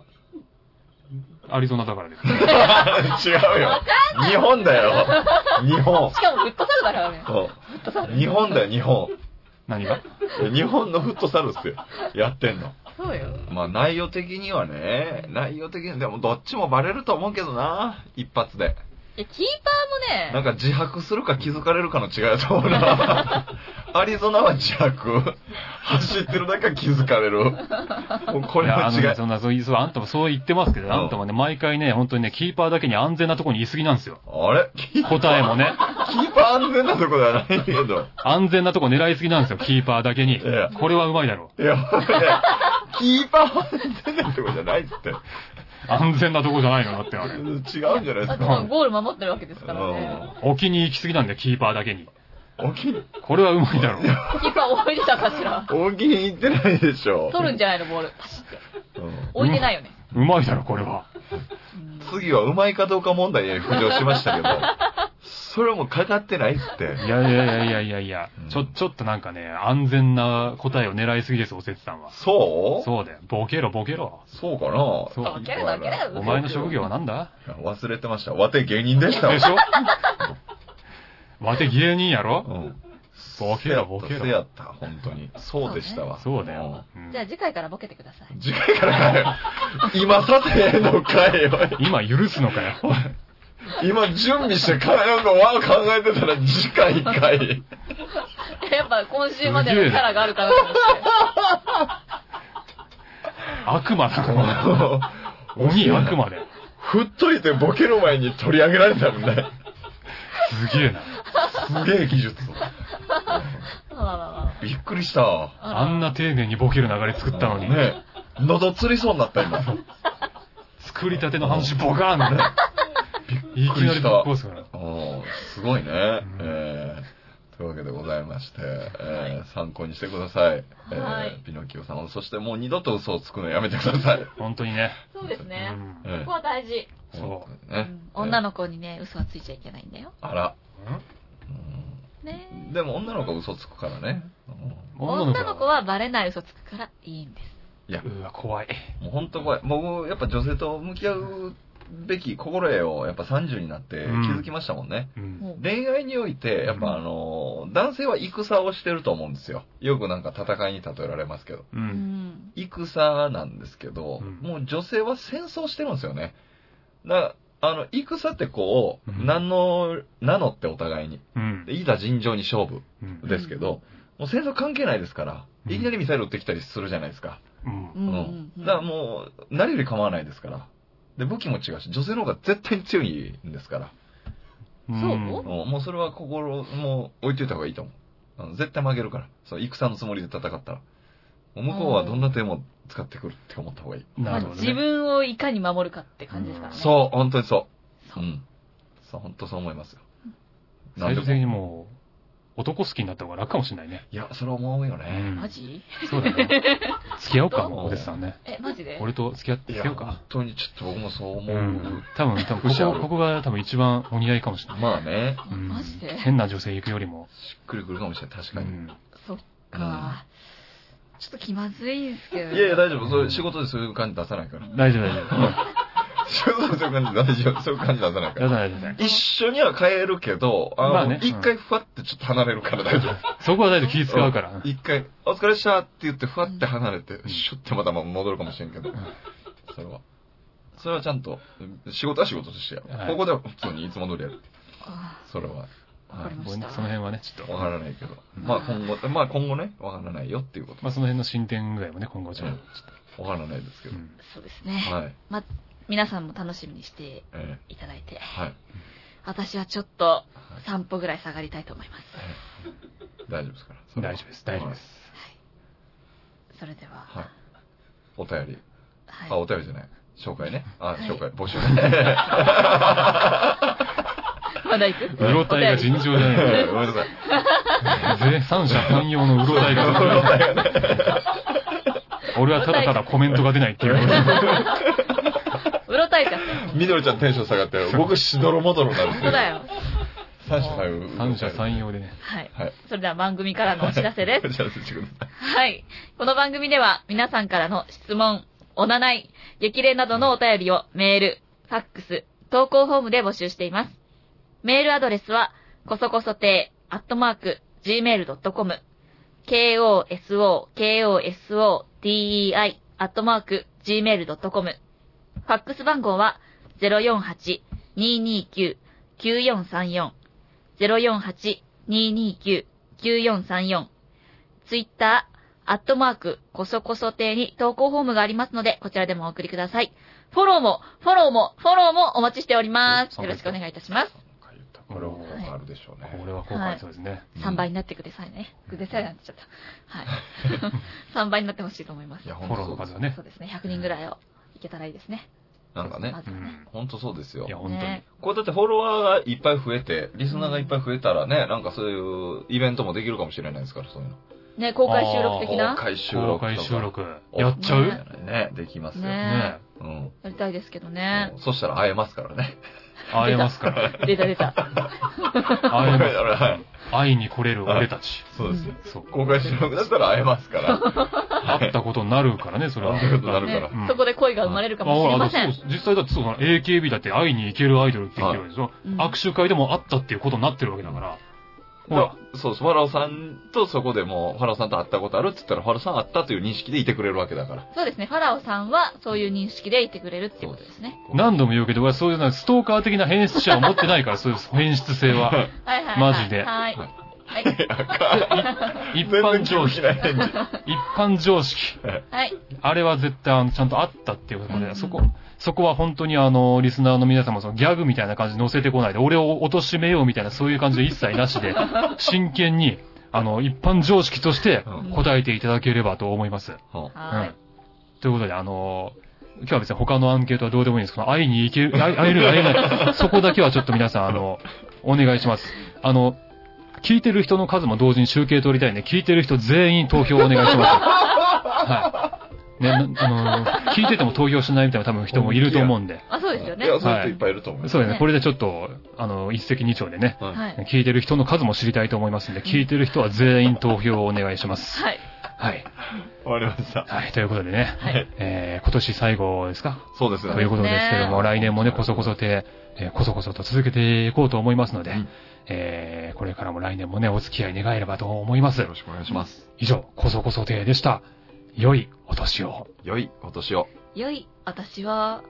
アリゾナだ からです。
違うよ。日本だよ。日本。
しかもフットサルだからね。
そう日本だよ、日本。
何が
日本のフットサルっすよ。やってんの。
そうよ。
まあ内容的にはね、内容的には、でもどっちもバレると思うけどな、一発で。
いや、キーパーも
なん
ね、
か自白するか気づかれるかの違いだと思う な。アリゾナは自白。走ってるだけは気づかれる。もうこれ
いや
は
あの
違
ね
い。
そんな、そういそう、あんたもそう言ってますけど、
うん
あんたもね、毎回ね、本当にね、キーパーだけに安全なとこにいすぎなんですよ。
あれキー
答えも ね、
パー安全なとこではないけど。
安全なとこ狙いすぎなんですよ、キーパーだけに
え。え
これはうまいだろ
いや、いやキーパーは安全なとこじゃないって。
う。安全なとこじゃないのだって、あ
違
れ。
うんじゃないです
だってまあ
か。
ゴール守ってるわけです
う
からね。
沖に行きすぎなんだよ、キーパーだけに。
ん。沖に、
これはうまいだろう。
キーパー置いてたかしら。
沖に行ってないでしょ。
取るんじゃないの、ボール。パシって。
うん
置いてないよね。
うまいだろ、これは。
次はうまいかどうか問題に浮上しましたけど、それはもうかかってないっすって。
いやいやいやいやいやいや
うん、
ちょ、ちょっとなんかね、安全な答えを狙いすぎです、おせつさんは。
そう
そうだよ、ボケろ、ボケろ。
そうかな
そう
ボケるボケる
お前の職業は何だ
忘れてました。わて芸人でしたわ
でしょ わて芸人やろ
うん。
ボケろ、ボケ
せや
ろ。
った、本当に。そうでしたわ。
そうだよ。うん
じゃあ次回からボケてください。
次回から帰る。今させの帰よ。
今許すのか よ。
今準備して帰るのは考えてたら次回帰。
やっぱ今週までのキャラがあるかなと思って。
悪魔だな。鬼悪魔だよ。
振っといてボケる前に取り上げられたもんね。
すげえな。
すげえ技術。
あららら
びっくりした。
あら
あんな丁寧にボケる流れ作ったのに。
ね喉つりそうになった今。
作りたての話ボカーンだ
び
い
っく
き
り
な
し
り
た
ぶっ壊すから。
おーすごいね。えーというわけでございまして、えー参考にしてください。えー
はい
ピノキオさんを、そしてもう二度と嘘をつくのやめてください。
本当にね。
そうです
う
ね。
ん。
え
ここは大事。
ー
そう
本当にね
うん女の子にね、嘘はついちゃいけないんだよ。
あら。
ね
うんでも女の子は嘘つくからね。うん
女の子はバレない嘘つくからいいんです。
いや、
うわ、怖い。
もう本当怖い。僕、やっぱ女性と向き合うべき心得を、やっぱ30になって気づきましたもんね。
うん。
もう
恋愛において、やっぱあの、男性は戦をしてると思うんですよ。よくなんか戦いに例えられますけど。
う。
うんん。
戦なんですけど、
うん
もう女性は戦争してるんですよね。だあの、戦ってこう
う、ん
何の、なのってお互いに。
うん
で。いざ尋常に勝負
うん
ですけど、もう戦争関係ないですから、
うん
いきなりミサイル撃ってきたりするじゃないですか。
うん
う。
うん
うんん。
だからもう、何より構わないですから。で、武器も違うし、女性の方が絶対に強いんですから。
うん
そ
もうもうそれは心、もう置いといた方がいいと思う。あの絶対負けるから。そう、戦のつもりで戦ったら。もう向こうはどんな手も使ってくるって思った方がいい。
なる
まあ
ほど
自
ね。
分をいかに守るかって感じですからね。
そう、本当にそ。
そう
う
う。
ん。そう、本当そう思いますよ。な
最
ん
終
でも
的にもう、男好きになった方が楽かもしれないね。
いや、それは思うよ
う
ね。
ん
マ。ジ
そうだね。付き合おうか、お弟子さんね。
え、マジで
俺と付き合って、
い
付き合お
や、
うか
本。当にちょっと僕もそう
う
思う。
ん。多分、多分、ここ、ここが多分一番お似合いかもしれない。
まあね、
あ
うん
マジで
変な女性行くよりも。
しっくりくるかもしれない、確
う
かに。
ん。
そっか。ちょっと気まずいですけど。
いやいや、大丈夫。そういう仕事でそういう感じ出さないから。
大丈夫、大丈夫。うん
仕事でそういう感じ大丈夫。そういう感じ出さないか
大
ら。
丈夫、大丈夫。
一緒には帰るけど、
ま
あ
あ
の、
ね
一、回ふわってちょっと離れるから大丈夫。
そこは大丈夫、気使うから。
一回、お疲れっしたって言って、ふわって離れて、シュッてまた戻るかもしれんけど、それは。それはちゃんと、仕事は仕事としてやる。
はい
ここでは普通にいつも通りやる。
あ
それは。
わかりま
その辺はね、ちょっと。
わからないけど。まあ今後、まあ今後ね、わからないよっていうこと。
まあ、その辺の進展ぐらいもね、今後ちょっ
わからないですけ
と。
ど
う。ん
そうですね。
はい。
まあ、皆さんも楽しみにして
え
いただいて
ー、はい。
私はちょっと3歩ぐらい下がりたいと思います。
大丈夫ですから。それは
大丈夫です、大丈夫です。。
それでは、
はい。お便り。
はい。
あ、お便りじゃない。紹介ね。あ、紹 介、募集。
まだ行く
うろたいが尋常じゃ
ご
ない。
めんなさい。
で三者三様のうろたえが。俺はただただコメントが出ないっていう。
うろたえちゃったよ。
みどりちゃんテンション下がって、僕しどろもどろになる。
本当だよ。
三者三様。
三者三様でね。
はい。
はい。
それでは番組からのお知らせ です。
お知らせしてください。
はい。この番組では皆さんからの質問、おなない、激励などのお便りをメール、ファックス、投稿フォームで募集しています。メールアドレスは、こそこそてアットマーク、gmail.com、koso, koso, dei, アットマーク、gmail.com。ファックス番号は、048-229-9434、048-229-9434、ツイッター、アットマーク、こそこそ亭に投稿フォームがありますので、こちらでもお送りください。フォローも、フォローも、フォローもお待ちしております。よろしくお願いいたします。
これはあるでしょうね。
俺は後悔そうですね。
3倍になってくださいね。くださいなんて言っちゃった。はい。3倍になってほしいと思います。
いや、
フ
ほ
ォ
ん
ロ
と
ー
そ
の数は
うです
ね
そ。うですね。100人ぐらいをいけたらいいですね。
なんか
ま
ね、
う
ずはね。
ん。
ほんとそうですよ
いや、。本当に
ね。
これだってフォロワーがいっぱい増えて、リスナーがいっぱい増えたらね、なんかそういうイベントもできるかもしれないですから、そういうの。
ね、公開収録的
公
な
開収
公
録とか。
開収録。やっちゃうね
ね
ね、できますよ。
ね
うん。
やりたいですけどね
も。うそしたら会えますからね。
会えますから。
出た出た。
会えます。
はい
会いに来れる俺たち。
そうですよ。
そう。
公開収録だったら会えますから。
会ったことになるからね、それは。
会ったことになる
ね
から
うん
そこで恋が生まれるかもしれませ
ああ
ん。
そう実際だってそうだな AKB だって会いに行けるアイドルって言ってるわけでしょ、
うん
握手会でも会ったっていうことになってるわけだから、ほら。
そう、ファラオさんとそこでもう、ファラオさんと会ったことあるって言ったら、ファラオさん会ったという認識でいてくれるわけだから。
そうですね。ファラオさんはそういう認識でいてくれるっていうことですね。
何度も言うけど、俺はそういうなんかストーカー的な変質者を持ってないから、そういう変質性は。
はいはい、はい。
マジ
は
で
い。
はい
はい。
一
一般
般
常
常
識
識。
な返事。
一般常識。
はい。
あれは絶対、あの、ちゃんとあったっていうことで、
うん
そこ、そこは本当にあの、リスナーの皆様、そのギャグみたいな感じで乗せてこないで、俺を貶めようみたいな、そういう感じで一切な しで、真剣に、あの、一般常識として
うん
答えていただければと思います。
うん
は
うんということで、あのー今日は別に他のアンケートはどうでもいいんですけど、会いに行ける、会会える、会えない。そこだけはちょっと皆さん、あの、お願いします。あの、聞いてる人の数も同時に集計取りたいんで、聞いてる人全員投票お願いします。はい。ね、なあのー聞いてても投票しないみたいな多分人もいると思うんで。
あ、そうですよね
い。や、そういう人いっぱいいると思う。
そうです
ね
ね、これでちょっと、あの、一石二鳥でね、
はい
はい。
聞いてる人の数も知りたいと思いますんで、聞いてる人は全員投票をお願いします。
はい。
はい。
終わりました。
はい、ということでね、
はい
えー、今年最後ですか
そうです
という
ね。
ことですけど
そうですね
も、来年もね、こそこそて、えーこそこそと続けていこうと思いますので、
うん
えーこれからも来年もね、お付き合い願えればと思います
よろ。しくお願いします。
以上、こそこそてでした。良いお年を。
良いお年を。
良い、私は、